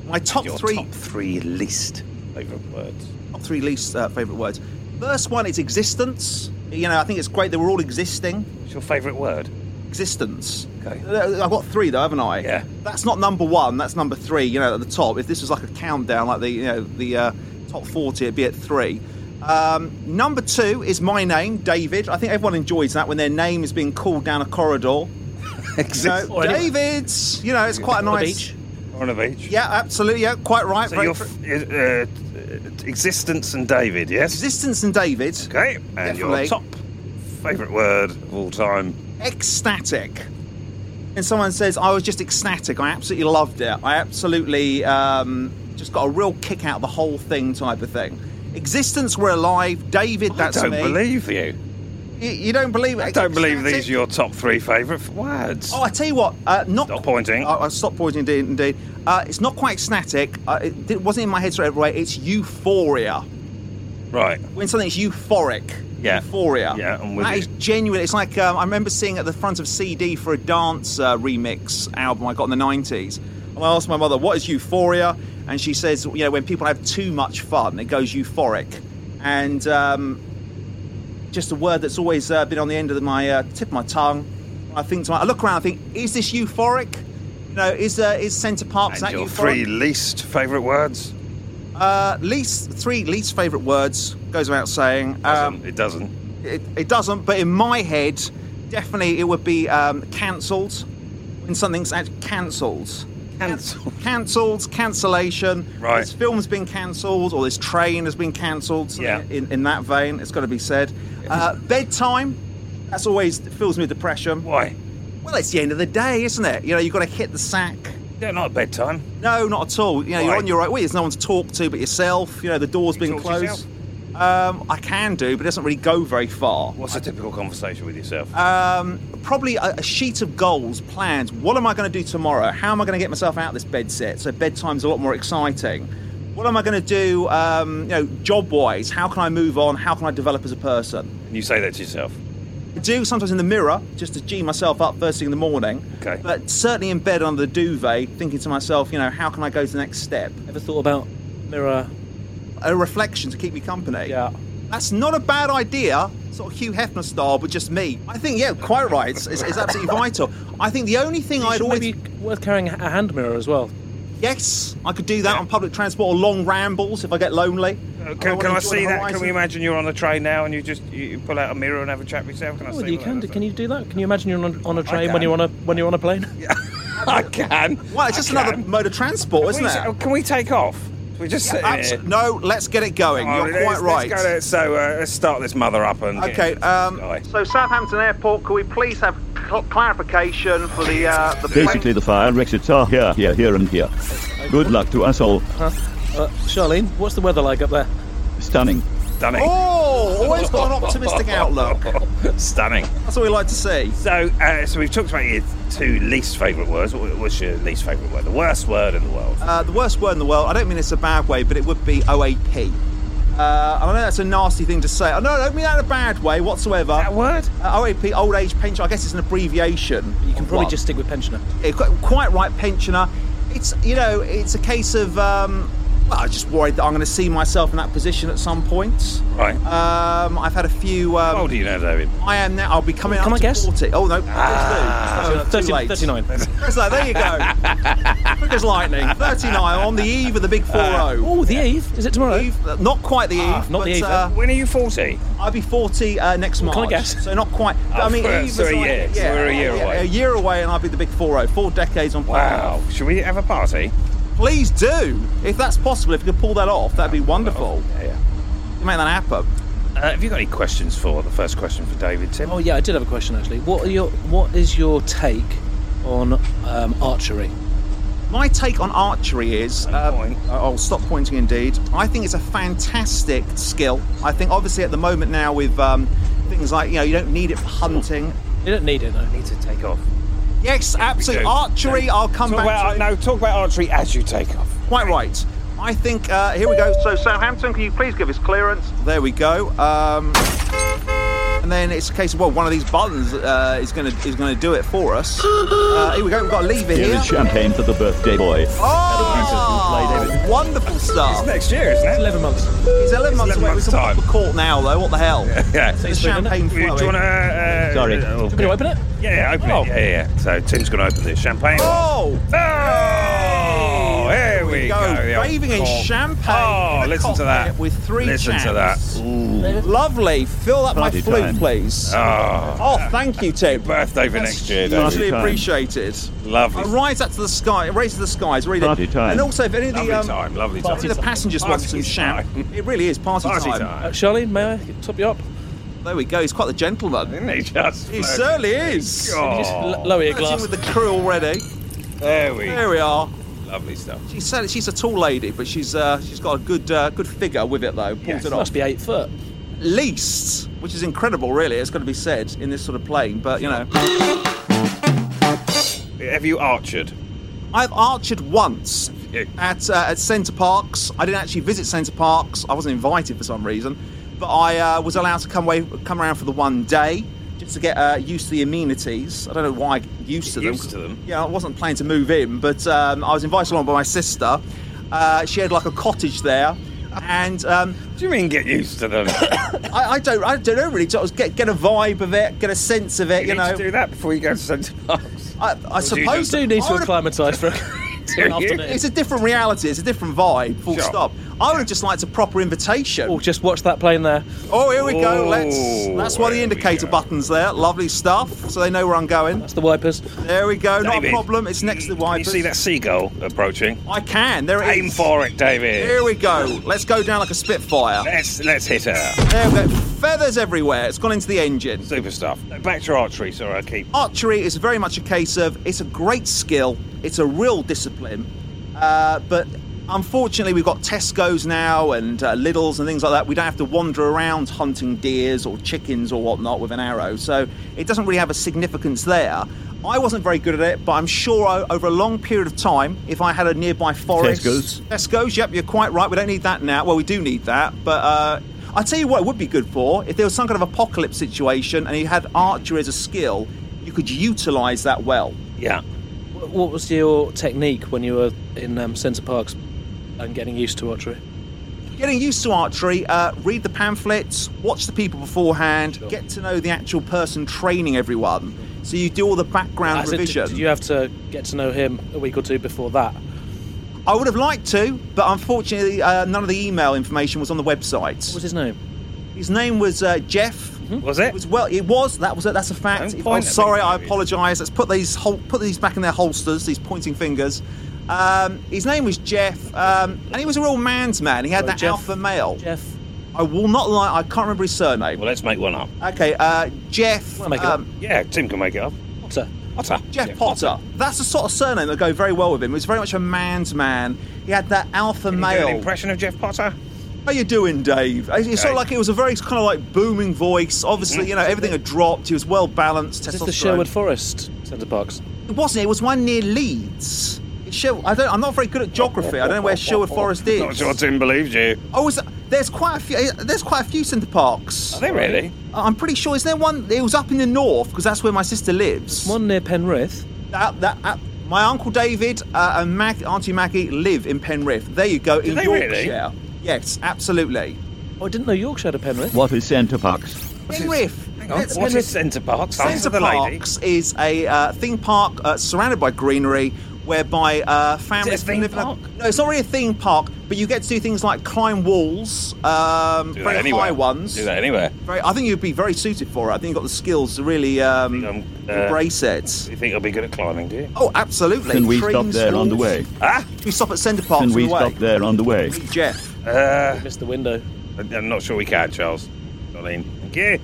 [SPEAKER 2] My top
[SPEAKER 1] Your
[SPEAKER 2] three,
[SPEAKER 1] top three least favourite words.
[SPEAKER 2] top three least uh, favourite words. First one is existence. You know, I think it's great that we're all existing.
[SPEAKER 1] What's your favourite word?
[SPEAKER 2] Existence.
[SPEAKER 1] Okay.
[SPEAKER 2] Uh, I've got three though, haven't I?
[SPEAKER 1] Yeah.
[SPEAKER 2] That's not number one. That's number three. You know, at the top. If this was like a countdown, like the you know the uh, top forty, it'd be at three. Um, number two is my name, David. I think everyone enjoys that when their name is being called down a corridor. You know,
[SPEAKER 3] Or any-
[SPEAKER 2] David's. You know, it's quite a
[SPEAKER 3] On the
[SPEAKER 2] nice.
[SPEAKER 3] beach.
[SPEAKER 1] On a beach.
[SPEAKER 2] Yeah, absolutely. Yeah, quite right.
[SPEAKER 1] So
[SPEAKER 2] Very
[SPEAKER 1] your
[SPEAKER 2] tr-
[SPEAKER 1] f- uh, uh, existence and David, yes.
[SPEAKER 2] existence and David.
[SPEAKER 1] okay. And your
[SPEAKER 2] Definitely.
[SPEAKER 1] top favourite word of all time.
[SPEAKER 2] ecstatic. And someone says, I was just ecstatic. I absolutely loved it. I absolutely um, just got a real kick out of the whole thing, type of thing. Existence, we're alive. David, that's
[SPEAKER 1] I don't
[SPEAKER 2] me.
[SPEAKER 1] believe you.
[SPEAKER 2] you, you don't believe it?
[SPEAKER 1] I don't believe
[SPEAKER 2] Ecstatic?
[SPEAKER 1] these are your top three favourite f- words.
[SPEAKER 2] Oh, I tell you what, uh, not
[SPEAKER 1] Stop pointing.
[SPEAKER 2] I, I stop pointing, indeed. indeed. Uh, it's not quite ecstatic. Uh, it, it wasn't in my head straight away. It's euphoria.
[SPEAKER 1] right.
[SPEAKER 2] when something's euphoric.
[SPEAKER 1] Yeah.
[SPEAKER 2] Euphoria.
[SPEAKER 1] Yeah, I'm with
[SPEAKER 2] That
[SPEAKER 1] you.
[SPEAKER 2] is genuine. It's like um, I remember seeing at the front of CD for a dance uh, remix album I got in the 90s. And I asked my mother, what is euphoria? And she says, you know, when people have too much fun, it goes euphoric. And um, just a word that's always uh, been on the end of my uh, tip of my tongue. I think to my, I look around, I think, is this euphoric? You know, is uh, is Centre Park?
[SPEAKER 1] And
[SPEAKER 2] is that
[SPEAKER 1] your
[SPEAKER 2] euphoric?
[SPEAKER 1] three least favourite words?
[SPEAKER 2] uh, least three least favourite words goes without saying. Um,
[SPEAKER 1] Doesn't- it doesn't.
[SPEAKER 2] it, it doesn't, but in my head, definitely it would be um, cancelled when something's act- cancelled.
[SPEAKER 1] Cancelled.
[SPEAKER 2] Cancelled, cancellation.
[SPEAKER 1] Right.
[SPEAKER 2] This film's been cancelled, or this train has been cancelled. something
[SPEAKER 1] Yeah.
[SPEAKER 2] In, in that vein, it's got to be said. Uh, bedtime. That's always it fills me with depression.
[SPEAKER 1] Why?
[SPEAKER 2] Well, it's the end of the day, isn't it? You know, you've got to hit the sack.
[SPEAKER 1] Yeah, not at bedtime.
[SPEAKER 2] No, not at all. You know,
[SPEAKER 1] Why?
[SPEAKER 2] you're on your own. Well, there's no one to talk to but yourself. You know, the door's been
[SPEAKER 1] talk to
[SPEAKER 2] closed. Um, I can do, but it doesn't really go very far.
[SPEAKER 1] What's a typical conversation with yourself?
[SPEAKER 2] um, probably a, a sheet of goals, plans. What am I going to do tomorrow? How am I going to get myself out of this bed set? So bedtime's a lot more exciting. What am I going to do? Um, you know, job wise, how can I move on? How can I develop as a person?
[SPEAKER 1] and you say that to yourself.
[SPEAKER 2] I do sometimes in the mirror just to g myself up first thing in the morning.
[SPEAKER 1] Okay.
[SPEAKER 2] But certainly in bed under the duvet, thinking to myself, you know, how can I go to the next step?
[SPEAKER 3] Ever thought about mirror?
[SPEAKER 2] A reflection to keep me company.
[SPEAKER 3] Yeah.
[SPEAKER 2] That's not a bad idea, sort of Hugh Hefner style, but just me. I think, yeah, quite right. It's, it's, it's absolutely vital. I think the only thing I'd
[SPEAKER 3] Should
[SPEAKER 2] always
[SPEAKER 3] maybe worth carrying a a hand mirror as well.
[SPEAKER 2] yes, I could do that on public transport or long rambles if I get lonely.
[SPEAKER 1] Uh, Can,
[SPEAKER 2] I wanna
[SPEAKER 1] can I
[SPEAKER 2] enjoy the
[SPEAKER 1] see that? Can
[SPEAKER 2] horizon.
[SPEAKER 1] we imagine you're on the train now and you just you you pull out a mirror and have a chat with yourself? Can I
[SPEAKER 3] Oh,
[SPEAKER 1] see
[SPEAKER 3] you
[SPEAKER 1] what
[SPEAKER 3] can.
[SPEAKER 1] that
[SPEAKER 3] Do,
[SPEAKER 1] is?
[SPEAKER 3] can you do that? Can you imagine you're on, on a train
[SPEAKER 1] can.
[SPEAKER 3] when you're on a when you're on a plane?
[SPEAKER 1] I can.
[SPEAKER 2] Well, it's just another
[SPEAKER 1] Can.
[SPEAKER 2] mode of transport,
[SPEAKER 1] we,
[SPEAKER 2] isn't it?
[SPEAKER 1] Can we take off? We're just sitting here.
[SPEAKER 2] Abso- no, let's get it going.
[SPEAKER 1] Oh,
[SPEAKER 2] You're
[SPEAKER 1] let's-
[SPEAKER 2] quite right.
[SPEAKER 1] Let's go there. So uh, let's start this mother up and. get
[SPEAKER 2] Okay,
[SPEAKER 1] into this
[SPEAKER 2] um,
[SPEAKER 1] guy.
[SPEAKER 5] So Southampton Airport, can we please have cl- clarification for the uh, the
[SPEAKER 4] Basically, the fire exits are here, here, here, and here. Good luck to us all.
[SPEAKER 3] Uh, Charlene, what's the weather like up there?
[SPEAKER 4] Stunning.
[SPEAKER 1] Stunning.
[SPEAKER 2] Oh, always got an optimistic outlook.
[SPEAKER 1] Stunning.
[SPEAKER 2] That's what we like to see.
[SPEAKER 1] So, uh, so we've talked about your two least favourite words. What- What's your least favourite word? The worst word in the world.
[SPEAKER 2] Uh, the worst word in the world, I don't mean it's a bad way, but it would be OAP. Uh, and I know that's a nasty thing to say. Oh, I know I don't mean that in a bad way whatsoever.
[SPEAKER 1] that word?
[SPEAKER 2] Uh, OAP, old age pension, I guess it's an abbreviation.
[SPEAKER 3] You can
[SPEAKER 2] of
[SPEAKER 3] probably
[SPEAKER 2] one.
[SPEAKER 3] just stick with pensioner.
[SPEAKER 2] Yeah, qu- quite right, pensioner. It's you know, it's a case of um, well, I'm just worried that I'm going to see myself in that position at some point.
[SPEAKER 1] Right.
[SPEAKER 2] Um, I've had a few. Um,
[SPEAKER 1] How old are you now, David?
[SPEAKER 2] I am now. I'll be coming
[SPEAKER 3] Can
[SPEAKER 2] up
[SPEAKER 3] I
[SPEAKER 2] to
[SPEAKER 3] guess? Ah.
[SPEAKER 2] forty. Oh no, please do. No,
[SPEAKER 3] 30,
[SPEAKER 2] too late.
[SPEAKER 3] 39.
[SPEAKER 2] So there you go. Quick as lightning. Thirty-nine on the eve of the big four-zero.
[SPEAKER 3] Oh, the Eve. Is it tomorrow?
[SPEAKER 2] Eve, uh, not quite the eve,
[SPEAKER 3] Ah, not
[SPEAKER 2] but
[SPEAKER 3] the eve,
[SPEAKER 2] Uh,
[SPEAKER 1] When are you 40?
[SPEAKER 2] I'll be 40 uh, next
[SPEAKER 3] Well,
[SPEAKER 2] March.
[SPEAKER 3] can I guess?
[SPEAKER 2] So not quite. but
[SPEAKER 1] Oh,
[SPEAKER 2] I mean,
[SPEAKER 1] so-
[SPEAKER 2] Eve
[SPEAKER 1] so
[SPEAKER 2] is
[SPEAKER 1] a
[SPEAKER 2] like-
[SPEAKER 1] year. So
[SPEAKER 2] yeah,
[SPEAKER 1] we're a year
[SPEAKER 2] yeah,
[SPEAKER 1] away.
[SPEAKER 2] A year away, and I'll be the big 4-0. Four decades on planet Earth.
[SPEAKER 1] Wow. Should we have a party?
[SPEAKER 2] Please do. If that's possible, if you could pull that off, that'd be wonderful.
[SPEAKER 1] Oh, Yeah, yeah.
[SPEAKER 2] Make that happen.
[SPEAKER 1] Uh, have you got any questions for the first question for David, Tim?
[SPEAKER 3] Oh yeah, I did have a question actually. What are your What is your take on um, archery?
[SPEAKER 2] My take on archery is.
[SPEAKER 1] Good point.
[SPEAKER 2] I'll stop pointing indeed. I think it's a fantastic skill. I think, obviously, at the moment now, with um, things like, you know, you don't need it for hunting.
[SPEAKER 3] You don't need it though.
[SPEAKER 1] need to take off.
[SPEAKER 2] Yes, absolutely.
[SPEAKER 1] do.
[SPEAKER 2] Archery, I'll come
[SPEAKER 1] Talk
[SPEAKER 2] back
[SPEAKER 1] about,
[SPEAKER 2] to.
[SPEAKER 1] no, talk about archery as you take off.
[SPEAKER 2] Quite right. I think, uh, here we go.
[SPEAKER 5] So Southampton, can you please give us clearance?
[SPEAKER 2] There we go. Um, and then it's a case of well, one of these buttons uh, is gonna is gonna do it for us. Uh, here we go. We've got a lever
[SPEAKER 4] Here
[SPEAKER 2] here.
[SPEAKER 4] is champagne for the birthday boy.
[SPEAKER 2] Oh, wonderful stuff.
[SPEAKER 1] Next year, isn't it?
[SPEAKER 3] Eleven months.
[SPEAKER 2] He's 11 months
[SPEAKER 1] 11
[SPEAKER 2] away. We
[SPEAKER 1] months'
[SPEAKER 2] can pop
[SPEAKER 1] time.
[SPEAKER 2] a court now, though. What the hell?
[SPEAKER 1] Yeah.
[SPEAKER 2] The
[SPEAKER 3] It's been,
[SPEAKER 2] champagne
[SPEAKER 1] Do you want
[SPEAKER 2] flowing.
[SPEAKER 1] to? Uh,
[SPEAKER 4] Sorry.
[SPEAKER 1] Uh,
[SPEAKER 3] Can you open it?
[SPEAKER 1] yeah, yeah, open
[SPEAKER 3] Oh.
[SPEAKER 1] it. Yeah, yeah. So Tim's going to open the champagne.
[SPEAKER 2] Oh,
[SPEAKER 1] Oh, here we
[SPEAKER 2] go.
[SPEAKER 1] go. The old
[SPEAKER 2] Raving in
[SPEAKER 1] cork.
[SPEAKER 2] champagne
[SPEAKER 1] Oh,
[SPEAKER 2] in a
[SPEAKER 1] listen to
[SPEAKER 2] cockpit
[SPEAKER 1] that.
[SPEAKER 2] with three
[SPEAKER 1] Listen to
[SPEAKER 2] chaps.
[SPEAKER 1] that.
[SPEAKER 2] lovely. Fill up my
[SPEAKER 4] Party
[SPEAKER 2] flute,
[SPEAKER 4] time.
[SPEAKER 2] please.
[SPEAKER 1] Oh,
[SPEAKER 2] oh, thank you, Tim.
[SPEAKER 1] birthday for
[SPEAKER 2] That's
[SPEAKER 1] next year,
[SPEAKER 4] Nice.
[SPEAKER 1] David.
[SPEAKER 2] Hugely
[SPEAKER 4] Lovely time.
[SPEAKER 2] appreciated.
[SPEAKER 1] Lovely.
[SPEAKER 2] I Uh, rise up to the sky. It raises the skies. Really.
[SPEAKER 4] Party time.
[SPEAKER 2] And also, if any of
[SPEAKER 1] Lovely
[SPEAKER 2] the um,
[SPEAKER 1] time. Lovely
[SPEAKER 2] if any
[SPEAKER 1] time.
[SPEAKER 2] of the passengers want
[SPEAKER 1] Party
[SPEAKER 2] some champ,
[SPEAKER 1] time.
[SPEAKER 2] it really is party,
[SPEAKER 1] Party
[SPEAKER 2] time.
[SPEAKER 3] Uh,
[SPEAKER 1] time.
[SPEAKER 3] Charlene, may I top you up?
[SPEAKER 2] There we go. He's quite the gentleman.
[SPEAKER 1] Isn't he just?
[SPEAKER 2] He
[SPEAKER 1] flirting?
[SPEAKER 2] certainly is.
[SPEAKER 1] God.
[SPEAKER 3] Just
[SPEAKER 1] Oh.
[SPEAKER 3] l- lower your
[SPEAKER 2] Flirting
[SPEAKER 3] glass.
[SPEAKER 2] with the crew already.
[SPEAKER 1] There we
[SPEAKER 2] There we are.
[SPEAKER 1] Lovely stuff.
[SPEAKER 2] She said she's a tall lady, but she's uh, she's got a good uh, good figure with it though. Pulls
[SPEAKER 1] Yes.
[SPEAKER 2] it off.
[SPEAKER 3] Must be eight foot.
[SPEAKER 2] least, which is incredible, really. It's got to be said in this sort of plane. But you know,
[SPEAKER 1] Have you archered?
[SPEAKER 2] I've archered once
[SPEAKER 1] Yeah.
[SPEAKER 2] at uh, at Centre Parks. I didn't actually visit Centre Parks. I wasn't invited for some reason, but I uh, was allowed to come away, come around for the one day just to get uh, used to the amenities. I don't know why I get used to them.
[SPEAKER 1] Used to them?
[SPEAKER 2] Yeah, I wasn't planning to move in, but um, I was invited along by my sister. Uh, she had like a cottage there. And um,
[SPEAKER 1] What do you mean get used to them?
[SPEAKER 2] I, I don't, I don't know really. So I was get get a vibe of it, get a sense of it. You,
[SPEAKER 1] you
[SPEAKER 2] know,
[SPEAKER 1] need to do that before you go to Centre Parks.
[SPEAKER 2] I, I
[SPEAKER 3] You
[SPEAKER 2] suppose
[SPEAKER 3] do need
[SPEAKER 2] I
[SPEAKER 3] to
[SPEAKER 2] would've-
[SPEAKER 3] acclimatise for
[SPEAKER 1] Do
[SPEAKER 3] an
[SPEAKER 1] you?
[SPEAKER 3] afternoon.
[SPEAKER 2] It's a different reality. It's a different vibe. Full
[SPEAKER 1] Sure.
[SPEAKER 2] stop. I would have just liked a proper invitation.
[SPEAKER 3] Oh, just watch that plane there.
[SPEAKER 2] Oh, here we go.
[SPEAKER 1] Oh,
[SPEAKER 2] Let's. That's why the
[SPEAKER 1] there we
[SPEAKER 2] indicator
[SPEAKER 1] go.
[SPEAKER 2] button's there. Lovely stuff. So they know where I'm going.
[SPEAKER 3] That's the wipers.
[SPEAKER 2] There we go. Not a
[SPEAKER 1] David,
[SPEAKER 2] problem. It's next to the
[SPEAKER 1] Can you
[SPEAKER 2] wipers.
[SPEAKER 1] see that seagull approaching?
[SPEAKER 2] I can. There it is.
[SPEAKER 1] Aim for it, David.
[SPEAKER 2] Here we go. Let's go down like a Spitfire.
[SPEAKER 1] Let's let's hit her.
[SPEAKER 2] There we go. Feathers everywhere. It's gone into the engine.
[SPEAKER 1] Super stuff. Back to archery, sorry, I keep.
[SPEAKER 2] archery is very much a case of it's a great skill, it's a real discipline, uh, but unfortunately we've got Tesco's now and uh, Lidl's and things like that. We don't have to wander around hunting deers or chickens or whatnot with an arrow, so it doesn't really have a significance there. I wasn't very good at it, but I'm sure I, over a long period of time, if I had a nearby forest,
[SPEAKER 4] Tesco's?
[SPEAKER 2] Tesco's, yep, you're quite right. We don't need that now. Well, we do need that, but uh, I tell you what, it would be good for if there was some kind of apocalypse situation and you had archery as a skill, you could utilize that well.
[SPEAKER 1] Yeah.
[SPEAKER 3] Wh- What was your technique when you were in um, Centre Parks and getting used to archery?
[SPEAKER 2] Getting used to archery, uh, read the pamphlets, watch the people beforehand, get to know the actual person training everyone. So you do all the background
[SPEAKER 3] As in, did-
[SPEAKER 2] revision.
[SPEAKER 3] did you have to get to know him a week or two before that?
[SPEAKER 2] I would have liked to, but unfortunately, uh, none of the email information was on the
[SPEAKER 3] What
[SPEAKER 2] website.
[SPEAKER 3] was his name?
[SPEAKER 2] His name was uh, Jeff.
[SPEAKER 1] Was
[SPEAKER 2] It
[SPEAKER 1] it?
[SPEAKER 2] was well. It was that was that's a fact.
[SPEAKER 1] Don't
[SPEAKER 2] If-
[SPEAKER 1] point at
[SPEAKER 2] I'm
[SPEAKER 1] me,
[SPEAKER 2] sorry. I
[SPEAKER 1] David.
[SPEAKER 2] apologise. Let's put these hol- put these back in their holsters. These pointing fingers. Um, his name was Jeff, um, and he was a real man's man. He had
[SPEAKER 3] Sorry,
[SPEAKER 2] that
[SPEAKER 3] Jeff-
[SPEAKER 2] alpha male.
[SPEAKER 3] Jeff.
[SPEAKER 2] I will not lie. I can't remember his surname.
[SPEAKER 1] Well, let's make one up.
[SPEAKER 2] Okay, uh, Jeff. um,
[SPEAKER 3] Well, make it up.
[SPEAKER 1] Yeah, Tim can make it up.
[SPEAKER 3] Potter.
[SPEAKER 1] Otter.
[SPEAKER 2] Jeff Potter. That's the sort of surname that go very well with him. He was very much a man's man. He had that alpha
[SPEAKER 1] Can you do
[SPEAKER 2] male.
[SPEAKER 1] an impression of Jeff Potter?
[SPEAKER 2] How you doing, Dave? It's it's
[SPEAKER 1] Okay.
[SPEAKER 2] sort of like it was a very kind of like booming voice. Obviously, you know everything had dropped. He was well balanced.
[SPEAKER 3] Mm-hmm. Is this the
[SPEAKER 2] testosterone.
[SPEAKER 3] Sherwood Forest Centre Parks?
[SPEAKER 2] It wasn't. It was one near Leeds. It's Sher- I don't. I'm not very good at geography. I don't know where Sherwood Forest is.
[SPEAKER 1] Not sure Tim believes you.
[SPEAKER 2] Oh, is that- there's quite a few. There's quite a few centre parks.
[SPEAKER 1] Are they really?
[SPEAKER 2] I'm pretty sure. Is there one? It was up in the north because that's where my sister lives.
[SPEAKER 3] One near Penrith.
[SPEAKER 2] That, that, uh, my uncle David uh, and Mac, Auntie Maggie live in Penrith. There you go. in
[SPEAKER 1] they really?
[SPEAKER 2] Yorkshire. Yes, absolutely.
[SPEAKER 3] Oh, I didn't know Yorkshire had a Penrith.
[SPEAKER 4] What is Centre Parks?
[SPEAKER 2] Penrith.
[SPEAKER 1] Hang on.
[SPEAKER 2] Let's-
[SPEAKER 1] What is Oh, Centre Parks? Answer
[SPEAKER 2] Centre
[SPEAKER 1] the lady.
[SPEAKER 2] Parks is a uh, theme park uh, surrounded by greenery whereby uh, families
[SPEAKER 1] theme
[SPEAKER 2] live in a-
[SPEAKER 1] park?
[SPEAKER 2] no, it's not really a theme park, but you get to do things like climb walls, um,
[SPEAKER 1] Do
[SPEAKER 2] very
[SPEAKER 1] that anywhere.
[SPEAKER 2] high ones.
[SPEAKER 1] Do that anywhere.
[SPEAKER 2] Very, I think you'd be very suited for it. I think you've got the skills to really um,
[SPEAKER 1] think I'm, uh,
[SPEAKER 2] embrace it.
[SPEAKER 1] You think I'll be good at climbing, do you?
[SPEAKER 2] Oh, absolutely.
[SPEAKER 4] Can we stop
[SPEAKER 2] Trains,
[SPEAKER 4] there on the way?
[SPEAKER 2] walls.
[SPEAKER 1] Ah,
[SPEAKER 2] We stop at Centre Parks
[SPEAKER 4] Can we
[SPEAKER 2] on the way.
[SPEAKER 4] stop there on the way?
[SPEAKER 2] Jeff.
[SPEAKER 1] uh,
[SPEAKER 3] Missed the window.
[SPEAKER 1] I'm not sure we can, Charles. Darlene. Thank you.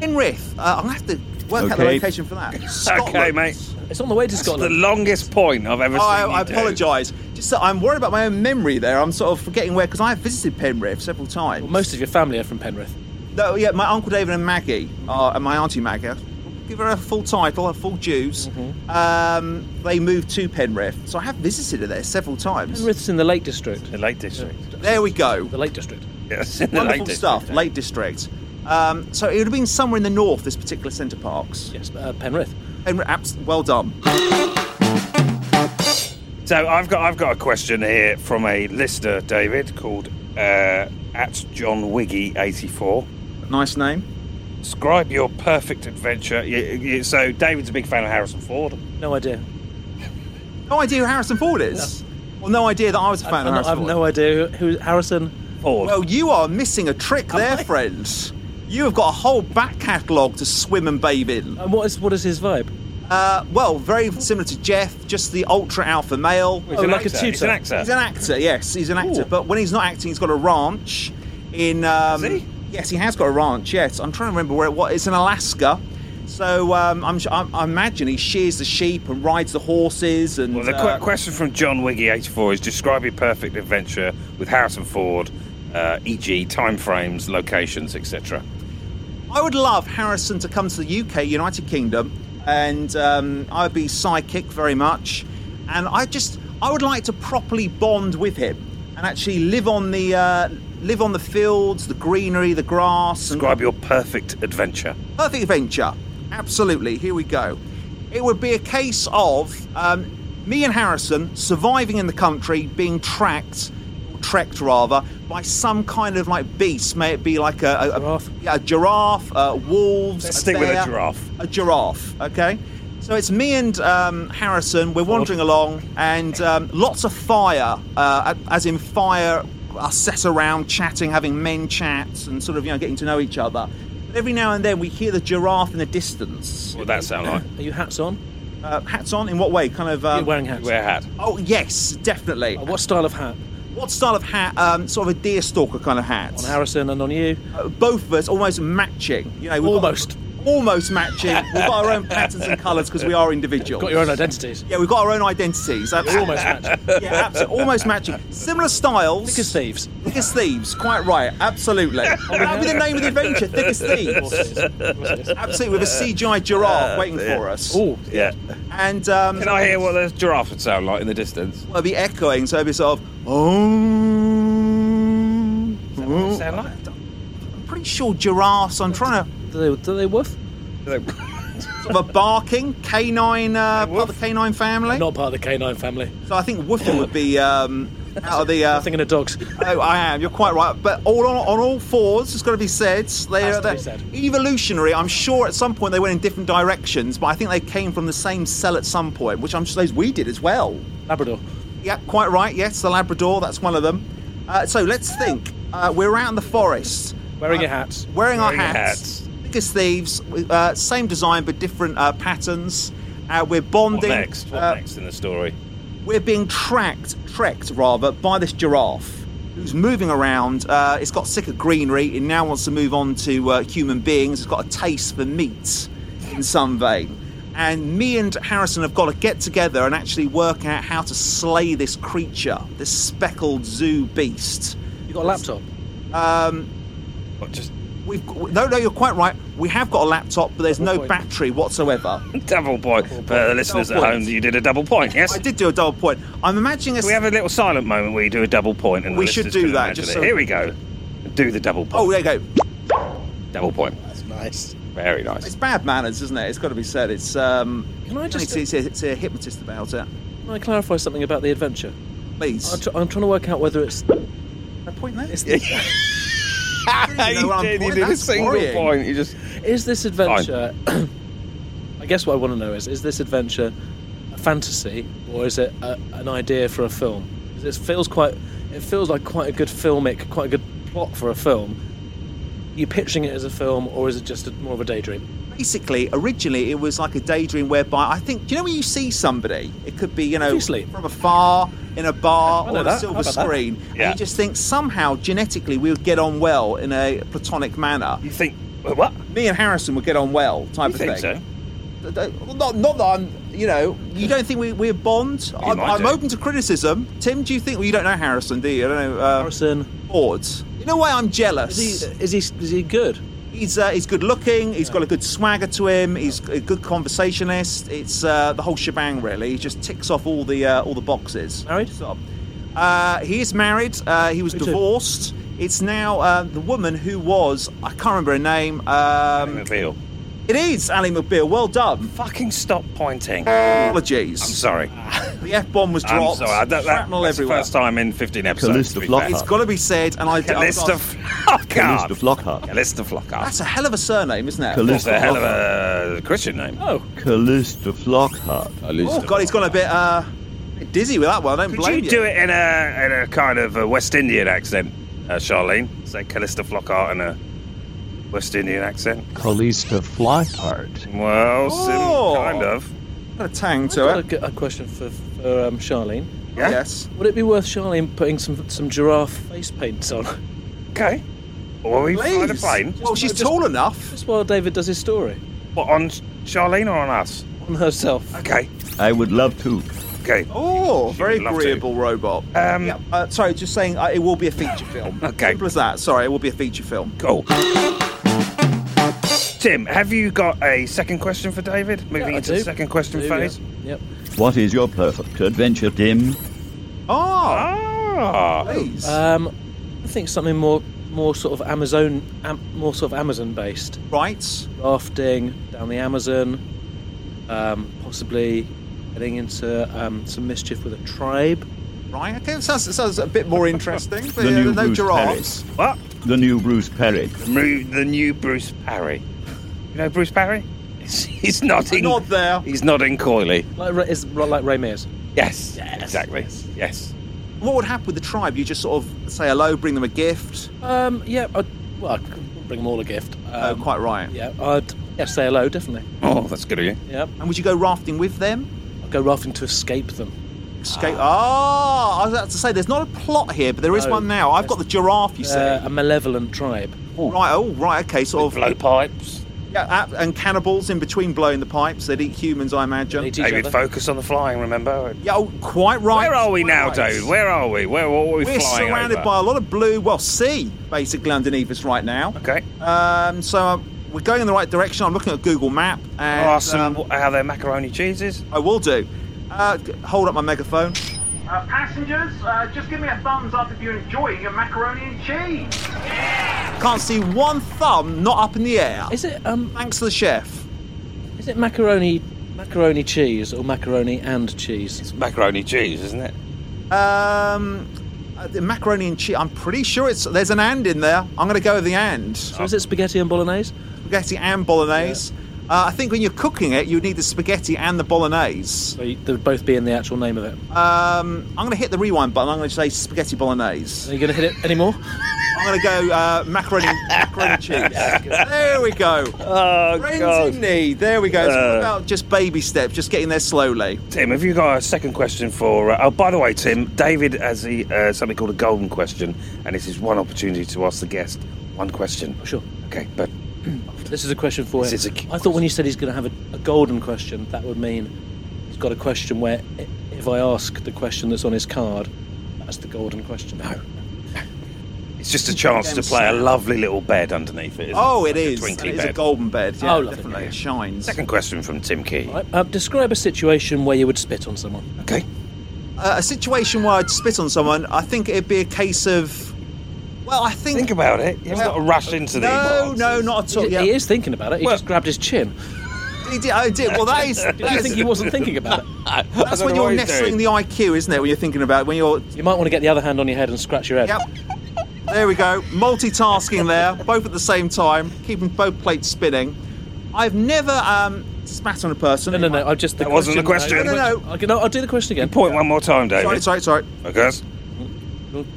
[SPEAKER 2] Penrith. Uh, I'll have to work out the
[SPEAKER 4] Okay.
[SPEAKER 2] location for that. Scotland.
[SPEAKER 1] Okay, mate.
[SPEAKER 3] It's on the way to
[SPEAKER 1] Got the
[SPEAKER 3] Scotland.
[SPEAKER 1] longest point I've ever
[SPEAKER 2] Oh,
[SPEAKER 1] seen.
[SPEAKER 2] I,
[SPEAKER 1] you
[SPEAKER 2] I
[SPEAKER 1] do.
[SPEAKER 2] apologise. Just that I'm worried about my own memory there. I'm sort of forgetting where because I have visited Penrith several times.
[SPEAKER 3] Well, most of your family are from Penrith.
[SPEAKER 2] no, yeah, my uncle David and Maggie uh, and my auntie Maggie. Give her a full title, her full dues.
[SPEAKER 3] Mm-hmm.
[SPEAKER 2] Um, they moved to Penrith, so I have visited her there several times.
[SPEAKER 3] Penrith's in the Lake District.
[SPEAKER 1] The Lake District.
[SPEAKER 2] There we go.
[SPEAKER 3] The Lake District.
[SPEAKER 1] Yes, in the Lake
[SPEAKER 2] Wonderful
[SPEAKER 1] District.
[SPEAKER 2] stuff.
[SPEAKER 3] eh?
[SPEAKER 2] Lake District. Um, so it would have been somewhere in the north. This particular centre parks.
[SPEAKER 3] Yes, uh, Penrith.
[SPEAKER 2] Penrith, abs- well done.
[SPEAKER 1] So I've got I've got a question here from a listener, David, called uh, at John Wiggy eighty four.
[SPEAKER 2] Nice name.
[SPEAKER 1] Describe your perfect adventure. Y- y- So David's a big fan of Harrison Ford.
[SPEAKER 3] No idea.
[SPEAKER 2] No idea who Harrison Ford is. Well, no idea that I was a fan
[SPEAKER 3] I,
[SPEAKER 2] of
[SPEAKER 3] have
[SPEAKER 2] Harrison Ford.
[SPEAKER 3] no idea who Harrison.
[SPEAKER 1] Ford.
[SPEAKER 2] Well, you are missing a trick there, friends. You have got a whole back catalogue to swim and bathe in.
[SPEAKER 3] And what is what is his vibe?
[SPEAKER 2] Uh, well, very similar to Jeff, just the ultra alpha male.
[SPEAKER 1] He's an
[SPEAKER 3] like
[SPEAKER 1] actor.
[SPEAKER 3] a
[SPEAKER 1] He's an
[SPEAKER 3] tutor.
[SPEAKER 1] actor.
[SPEAKER 2] Oh, He's an actor, yes, he's an actor. But when he's not acting, he's got a ranch in. Um,
[SPEAKER 1] Has he?
[SPEAKER 2] Yes, he has got a ranch. Yes, I'm trying to remember where it was. It's in Alaska. So um, I'm, su- I, I imagine he shears the sheep and rides the horses and.
[SPEAKER 1] Well, the
[SPEAKER 2] uh,
[SPEAKER 1] qu- question from John Wiggy eighty four is describe your perfect adventure with Harrison Ford, uh, e.g. timeframes, locations, etc.
[SPEAKER 2] I would love Harrison to come to the UK, United Kingdom, and um, I'd be psychic very much. And I just, I would like to properly bond with him and actually live on the uh, live on the fields, the greenery, the grass, and
[SPEAKER 1] Describe your perfect adventure.
[SPEAKER 2] perfect adventure. Absolutely, here we go. It would be a case of um, me and Harrison surviving in the country, being tracked, or trekked rather, by some kind of like beast. May it be like a, a,
[SPEAKER 3] Giraffe.
[SPEAKER 2] yeah, a giraffe, uh, wolves.
[SPEAKER 1] Let's
[SPEAKER 2] a
[SPEAKER 1] stick with a
[SPEAKER 2] bear,
[SPEAKER 1] giraffe.
[SPEAKER 2] A giraffe, okay? So it's me and um, Harrison. We're wandering along, and um, lots of fire, uh, as in fire, are set around, chatting, having men chats, and sort of you know getting to know each other. But every now and then, we hear the giraffe in the distance.
[SPEAKER 1] What would that sound like?
[SPEAKER 3] Are you hats on?
[SPEAKER 2] Uh, hats on? In what way? Kind of.
[SPEAKER 3] Are
[SPEAKER 2] Um,
[SPEAKER 3] you wearing hats?
[SPEAKER 1] Wear a hat.
[SPEAKER 2] oh yes, definitely.
[SPEAKER 3] Uh, What style of hat?
[SPEAKER 2] What style of hat? Um, sort of a deer stalker kind of hat.
[SPEAKER 3] On Harrison and on you.
[SPEAKER 2] Uh, both of us almost matching. You know, we've got-
[SPEAKER 3] Almost.
[SPEAKER 2] almost matching. We've got our own patterns and colours because we are individuals.
[SPEAKER 3] Got your own identities.
[SPEAKER 2] Yeah, we've got our own identities. That's
[SPEAKER 3] You're almost matched.
[SPEAKER 2] yeah, absolutely. Almost matching. Similar styles.
[SPEAKER 3] Thick as thieves.
[SPEAKER 2] Thick as thieves. Quite right. Absolutely. That'll be the name of the adventure. Thick as thieves. Absolutely. With a CGI giraffe waiting for us.
[SPEAKER 3] Oh,
[SPEAKER 1] Yeah.
[SPEAKER 2] And um,
[SPEAKER 1] Can I hear what the giraffe would sound like in the distance?
[SPEAKER 2] it'll be echoing. So it'll be sort of. Oh.
[SPEAKER 1] What does it sound like?
[SPEAKER 2] pretty sure giraffes. I'm trying to
[SPEAKER 3] Do they, do they woof?
[SPEAKER 2] sort of a barking canine uh, part of the canine family.
[SPEAKER 3] Not part of the canine family.
[SPEAKER 2] So I think woofing would be um, out of the. Uh,
[SPEAKER 3] I'm thinking of dogs.
[SPEAKER 2] Oh, I am. You're quite right. But all on, on all fours, it's got to be said. They
[SPEAKER 3] Has
[SPEAKER 2] are
[SPEAKER 3] to be
[SPEAKER 2] they're
[SPEAKER 3] said.
[SPEAKER 2] evolutionary. I'm sure at some point they went in different directions, but I think they came from the same cell at some point, which I'm suppose we did as well.
[SPEAKER 3] Labrador.
[SPEAKER 2] Yeah, quite right. Yes, the Labrador. That's one of them. Uh, so let's think. Uh, we're out in the forest,
[SPEAKER 3] Wearing your hats.
[SPEAKER 2] wearing our
[SPEAKER 1] Wearing
[SPEAKER 2] hats.
[SPEAKER 1] hats.
[SPEAKER 2] Thick as thieves. Uh, same design but different uh, patterns. Uh, we're bonding.
[SPEAKER 1] What next? What
[SPEAKER 2] Uh,
[SPEAKER 1] next in the story?
[SPEAKER 2] we're being tracked, trekked rather, by this giraffe who's moving around. Uh, it's got sick of greenery. It now wants to move on to uh, human beings. It's got a taste for meat in some vein. And me and Harrison have got to get together and actually work out how to slay this creature, this speckled zoo beast.
[SPEAKER 3] You got a laptop.
[SPEAKER 1] What, just
[SPEAKER 2] We've no, no, you're quite right. We have got a laptop, but there's no
[SPEAKER 3] point.
[SPEAKER 2] battery whatsoever.
[SPEAKER 1] double point for the listeners
[SPEAKER 2] Double
[SPEAKER 1] at
[SPEAKER 2] point.
[SPEAKER 1] home. You did a double point. Yes.
[SPEAKER 2] I did do a double point. I'm imagining a
[SPEAKER 1] Can we have a little silent moment where you do a double point and the
[SPEAKER 2] We should
[SPEAKER 1] listeners
[SPEAKER 2] do
[SPEAKER 1] can
[SPEAKER 2] that,
[SPEAKER 1] imagine
[SPEAKER 2] just
[SPEAKER 1] it.
[SPEAKER 2] so-
[SPEAKER 1] Here we go. Do the double
[SPEAKER 2] Oh,
[SPEAKER 1] point.
[SPEAKER 2] there you go.
[SPEAKER 1] double point.
[SPEAKER 6] That's nice.
[SPEAKER 1] Very nice.
[SPEAKER 2] It's bad manners, isn't it? It's got to be said. It's um.
[SPEAKER 3] Can I just-
[SPEAKER 2] It's, it's, it's a hypnotist about it.
[SPEAKER 3] Can I clarify something about the adventure?
[SPEAKER 2] Please.
[SPEAKER 3] I'm, tr- I'm trying to work out whether it's.
[SPEAKER 2] a point there.
[SPEAKER 3] it's
[SPEAKER 2] You know, I'm bored. That's worrying.
[SPEAKER 1] You just
[SPEAKER 3] is this adventure. I guess what I want to know is is this adventure a fantasy or is it a, an idea for a film? 'Cause It feels quite. It feels like quite a good filmic, quite a good plot for a film. Are you pitching it as a film or is it just a, more of a daydream?
[SPEAKER 2] Basically, originally it was like a daydream whereby I think do you know when you see somebody, it could be you know
[SPEAKER 3] Obviously.
[SPEAKER 2] from afar in a bar
[SPEAKER 3] I
[SPEAKER 2] or
[SPEAKER 3] know
[SPEAKER 2] on a
[SPEAKER 3] that. How
[SPEAKER 2] silver
[SPEAKER 3] about that?
[SPEAKER 2] screen,
[SPEAKER 1] Yeah.
[SPEAKER 2] and you just think somehow genetically we would get on well in a platonic manner.
[SPEAKER 1] you think what?
[SPEAKER 2] Me and Harrison would get on well, type
[SPEAKER 1] You
[SPEAKER 2] of
[SPEAKER 1] think
[SPEAKER 2] thing.
[SPEAKER 1] so?
[SPEAKER 2] Th- th- well, Not, not that I'm, you know, you don't think we, we're bond? I'm,
[SPEAKER 1] might
[SPEAKER 2] I'm
[SPEAKER 1] do.
[SPEAKER 2] open to criticism. Tim, do you think? Well, you don't know Harrison, do you? I don't know. Uh,
[SPEAKER 3] Harrison,
[SPEAKER 2] bored. In a way, I'm jealous.
[SPEAKER 3] is he is he is he good?
[SPEAKER 2] He's uh, he's good looking. He's got a good swagger to him. He's a good conversationalist. It's uh, the whole shebang, really. He just ticks off all the uh, all the boxes.
[SPEAKER 3] Married?
[SPEAKER 2] So, uh, he is married. Uh, he was
[SPEAKER 3] too.
[SPEAKER 2] divorced. It's now uh, the woman who was I can't remember her name. Um,
[SPEAKER 1] McBeal.
[SPEAKER 2] it is Ali McBeal. Well done.
[SPEAKER 1] Fucking stop pointing.
[SPEAKER 2] Apologies.
[SPEAKER 1] I'm sorry.
[SPEAKER 2] The F bomb was
[SPEAKER 1] I'm
[SPEAKER 2] dropped.
[SPEAKER 1] sorry. I- That, that,
[SPEAKER 2] Shrapnel
[SPEAKER 1] that's the
[SPEAKER 2] everywhere.
[SPEAKER 1] first time in 15 episodes.
[SPEAKER 4] Calista
[SPEAKER 1] to be
[SPEAKER 4] Flockhart.
[SPEAKER 2] It's got to be said, and I
[SPEAKER 1] fair. Calista
[SPEAKER 4] Calista
[SPEAKER 1] Flockhart.
[SPEAKER 4] Flockhart.
[SPEAKER 1] Calista Flockhart.
[SPEAKER 2] That's a hell of a surname, isn't it?
[SPEAKER 4] Calista
[SPEAKER 1] That's a hell of
[SPEAKER 4] Flockhart.
[SPEAKER 1] a Christian name.
[SPEAKER 3] Oh,
[SPEAKER 4] Calista Flockhart.
[SPEAKER 2] Oh God, he's gone a bit uh, bit dizzy with that one. I don't
[SPEAKER 1] Could
[SPEAKER 2] blame
[SPEAKER 1] you do it in a in a kind of a West Indian accent, uh, Charlene? Say Callista Flockhart in a West Indian accent.
[SPEAKER 6] Calista Flockhart.
[SPEAKER 1] Well, sim-
[SPEAKER 2] Oh.
[SPEAKER 1] kind of.
[SPEAKER 2] Got a tang
[SPEAKER 3] I've got
[SPEAKER 2] to
[SPEAKER 3] a,
[SPEAKER 2] it.
[SPEAKER 3] g- a question for, for um, Charlene.
[SPEAKER 1] Yeah.
[SPEAKER 2] Yes.
[SPEAKER 3] Would it be worth Charlene putting some some giraffe face paints on?
[SPEAKER 1] Okay. Well, we fly the
[SPEAKER 2] Please.
[SPEAKER 1] plane.
[SPEAKER 2] Well, she's
[SPEAKER 3] Just-
[SPEAKER 2] tall enough.
[SPEAKER 3] Just while David does his story
[SPEAKER 1] What on Charlene or on us?
[SPEAKER 3] on herself.
[SPEAKER 1] Okay.
[SPEAKER 4] I would love to.
[SPEAKER 1] Okay.
[SPEAKER 2] Oh,
[SPEAKER 1] She
[SPEAKER 2] very
[SPEAKER 1] would love to.
[SPEAKER 2] agreeable robot.
[SPEAKER 1] Um,
[SPEAKER 2] yeah, uh, sorry, just saying uh, it will be a feature film.
[SPEAKER 1] Okay.
[SPEAKER 2] Simple as that. Sorry, it will be a feature film.
[SPEAKER 1] Cool. Tim, have you got a second question for David? Moving
[SPEAKER 3] Yeah, I
[SPEAKER 1] into the
[SPEAKER 3] do.
[SPEAKER 1] second question
[SPEAKER 3] Do, yeah.
[SPEAKER 1] phase.
[SPEAKER 3] Yep.
[SPEAKER 4] What is your perfect adventure, Tim?
[SPEAKER 2] Oh,
[SPEAKER 1] Ah.
[SPEAKER 2] please.
[SPEAKER 4] Uh,
[SPEAKER 3] Um, I think something more more sort of Amazon, am, more sort of Amazon based
[SPEAKER 2] right.
[SPEAKER 3] rafting down the Amazon, um, possibly getting into um, some mischief with a tribe.
[SPEAKER 2] Right. Okay, it sounds, it sounds a bit more interesting. But,
[SPEAKER 4] The
[SPEAKER 2] yeah,
[SPEAKER 4] new
[SPEAKER 2] no
[SPEAKER 4] Bruce
[SPEAKER 2] giraffes.
[SPEAKER 1] What?
[SPEAKER 4] The new Bruce Perry.
[SPEAKER 1] Mo- The new Bruce Parry. You know Bruce Parry? He's
[SPEAKER 2] A
[SPEAKER 1] nodding.
[SPEAKER 2] nod there.
[SPEAKER 1] He's nodding coyly.
[SPEAKER 3] Like Ra- is like Ray Mears.
[SPEAKER 1] Yes, exactly. Yes.
[SPEAKER 2] What would happen with the tribe? You just sort of say hello, bring them a gift.
[SPEAKER 3] Um, yeah. I'd, well, I'd bring them all a gift.
[SPEAKER 2] Oh,
[SPEAKER 3] Um,
[SPEAKER 2] quite right.
[SPEAKER 3] Yeah. I'd yeah, say hello definitely.
[SPEAKER 1] Oh, that's good of you.
[SPEAKER 3] Yeah.
[SPEAKER 2] And would you go rafting with them?
[SPEAKER 3] I'd go rafting to escape them.
[SPEAKER 2] Escape. Ah, I was about to say there's not a plot here, but there is
[SPEAKER 3] No.
[SPEAKER 2] one now. I've got the giraffe. You see.
[SPEAKER 3] Uh, a malevolent tribe.
[SPEAKER 2] Right. Oh, right. Okay. Sort of.
[SPEAKER 1] Blowpipes.
[SPEAKER 2] Yeah, ab- and cannibals in between blowing the pipes. They'd eat humans, I imagine.
[SPEAKER 3] They eat each
[SPEAKER 1] David,
[SPEAKER 3] other.
[SPEAKER 1] focus on the flying, remember?
[SPEAKER 2] Yeah, oh, quite right.
[SPEAKER 1] Where are we now,
[SPEAKER 2] Quite right.
[SPEAKER 1] David? Where are we? Where what are we
[SPEAKER 2] We're
[SPEAKER 1] flying
[SPEAKER 2] surrounded
[SPEAKER 1] over?
[SPEAKER 2] by a lot of blue, well, sea, basically, underneath us right now.
[SPEAKER 1] Okay.
[SPEAKER 2] Um, so um, we're going in the right direction. I'm looking at Google Map. And,
[SPEAKER 1] Ask them
[SPEAKER 2] um,
[SPEAKER 1] wh- how their macaroni cheese is.
[SPEAKER 2] I will do. Uh, g- hold up my megaphone.
[SPEAKER 5] Uh, passengers, uh, just give me a thumbs up if you're enjoying your macaroni and cheese.
[SPEAKER 2] Can't see one thumb not up in the air.
[SPEAKER 3] Is it um?
[SPEAKER 2] Thanks to the chef.
[SPEAKER 3] Is it macaroni, macaroni cheese, or macaroni and cheese?
[SPEAKER 1] It's macaroni cheese, isn't it?
[SPEAKER 2] Um, uh, the macaroni and cheese. I'm pretty sure it's there's an and in there. I'm going to go with the and.
[SPEAKER 3] So is it spaghetti and bolognese?
[SPEAKER 2] Spaghetti and bolognese. Uh, I think when you're cooking it, you need the spaghetti and the bolognese.
[SPEAKER 3] So you, they'd both be in the actual name of it.
[SPEAKER 2] Um, I'm going to hit the rewind button. I'm going to say spaghetti bolognese.
[SPEAKER 3] Are you going to hit it anymore?
[SPEAKER 2] I'm going to go uh, macaroni, macaroni and cheese. There we go.
[SPEAKER 1] Oh Uh.
[SPEAKER 2] Friends in need. There we go. It's all about just baby steps, just getting there slowly.
[SPEAKER 1] Tim, have you got a second question for? Uh, oh, by the way, Tim, David has the, uh, something called a golden question, and this is one opportunity to ask the guest one question.
[SPEAKER 3] Sure.
[SPEAKER 1] Okay, but
[SPEAKER 3] This is a question for
[SPEAKER 1] This
[SPEAKER 3] him.
[SPEAKER 1] is a key
[SPEAKER 3] I thought when you said he's going to have a, a golden question, that would mean he's got a question where i- if I ask the question that's on his card, that's the golden question. No.
[SPEAKER 1] it's just a chance to play a lovely little bed underneath it. isn't
[SPEAKER 2] Oh,
[SPEAKER 1] it
[SPEAKER 2] it
[SPEAKER 1] Like
[SPEAKER 2] is.
[SPEAKER 1] A
[SPEAKER 2] It
[SPEAKER 1] twinkly
[SPEAKER 2] is
[SPEAKER 1] bed.
[SPEAKER 2] a golden bed. Yeah,
[SPEAKER 3] Oh, lovely.
[SPEAKER 2] definitely. It shines.
[SPEAKER 1] Second question from Tim Key.
[SPEAKER 3] Right, uh, describe a situation where you would spit on someone.
[SPEAKER 1] Okay.
[SPEAKER 2] Uh, a situation where I'd spit on someone, I think it'd be a case of. Well, I think.
[SPEAKER 1] Think about it. You've got to rush into these.
[SPEAKER 2] no, no, not at all.
[SPEAKER 3] He-
[SPEAKER 2] Yeah.
[SPEAKER 3] He is thinking about it. He
[SPEAKER 1] Well-
[SPEAKER 3] just grabbed his chin.
[SPEAKER 2] He did, I did. Well, that is.
[SPEAKER 3] Did you think he wasn't thinking about it?
[SPEAKER 2] That's when you're nestling the IQ, isn't it? When you're thinking about it, when you're.
[SPEAKER 3] You might want to get the other hand on your head and scratch your head.
[SPEAKER 2] Yep. There we go. Multitasking there, both at the same time, keeping both plates spinning. I've never um, spat on a person.
[SPEAKER 3] No, no, no. I just the uh,
[SPEAKER 1] That wasn't the question.
[SPEAKER 2] No, no,
[SPEAKER 3] I, no, I'll do the question again.
[SPEAKER 1] Point one more time, David.
[SPEAKER 2] Sorry, sorry, sorry.
[SPEAKER 1] Because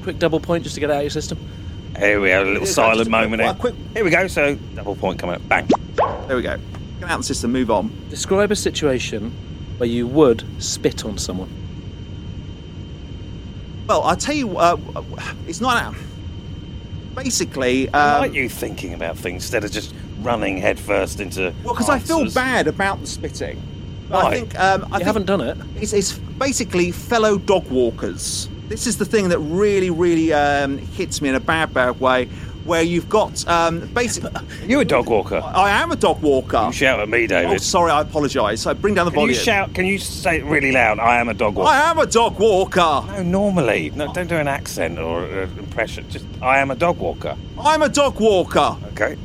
[SPEAKER 3] Quick double point just to get it out of your system.
[SPEAKER 1] here we have a Um, little
[SPEAKER 2] Just
[SPEAKER 1] silent
[SPEAKER 2] a
[SPEAKER 1] moment.
[SPEAKER 2] quick-
[SPEAKER 1] here.
[SPEAKER 2] a quick-
[SPEAKER 1] Here we go. So double point coming up. Bang.
[SPEAKER 2] There we go. Get out the system, move on.
[SPEAKER 3] Describe a situation where you would spit on someone.
[SPEAKER 2] Well, I'll tell you, uh, it's not. Basically.
[SPEAKER 1] I
[SPEAKER 2] Um,
[SPEAKER 1] like you thinking about things instead of just running headfirst into.
[SPEAKER 2] Well, because I feel
[SPEAKER 1] answers.
[SPEAKER 2] bad about the spitting. But
[SPEAKER 1] Why?
[SPEAKER 2] I think um, I
[SPEAKER 3] you haven't
[SPEAKER 2] think
[SPEAKER 3] done it.
[SPEAKER 2] it's, it's basically fellow dog walkers. This is the thing that really, really um, hits me in a bad, bad way. Where you've got um, basically,
[SPEAKER 1] You a dog walker?
[SPEAKER 2] I am a dog walker.
[SPEAKER 1] You shout at me,
[SPEAKER 2] Oh,
[SPEAKER 1] David.
[SPEAKER 2] sorry, I apologise. I bring down the
[SPEAKER 1] Can you
[SPEAKER 2] volume.
[SPEAKER 1] shout? Can you say it really loud? I am a dog walker.
[SPEAKER 2] I am a dog walker.
[SPEAKER 1] No, normally, no. Don't do an accent or uh, impression. Just I am a dog walker.
[SPEAKER 2] I'm a dog walker.
[SPEAKER 1] Okay.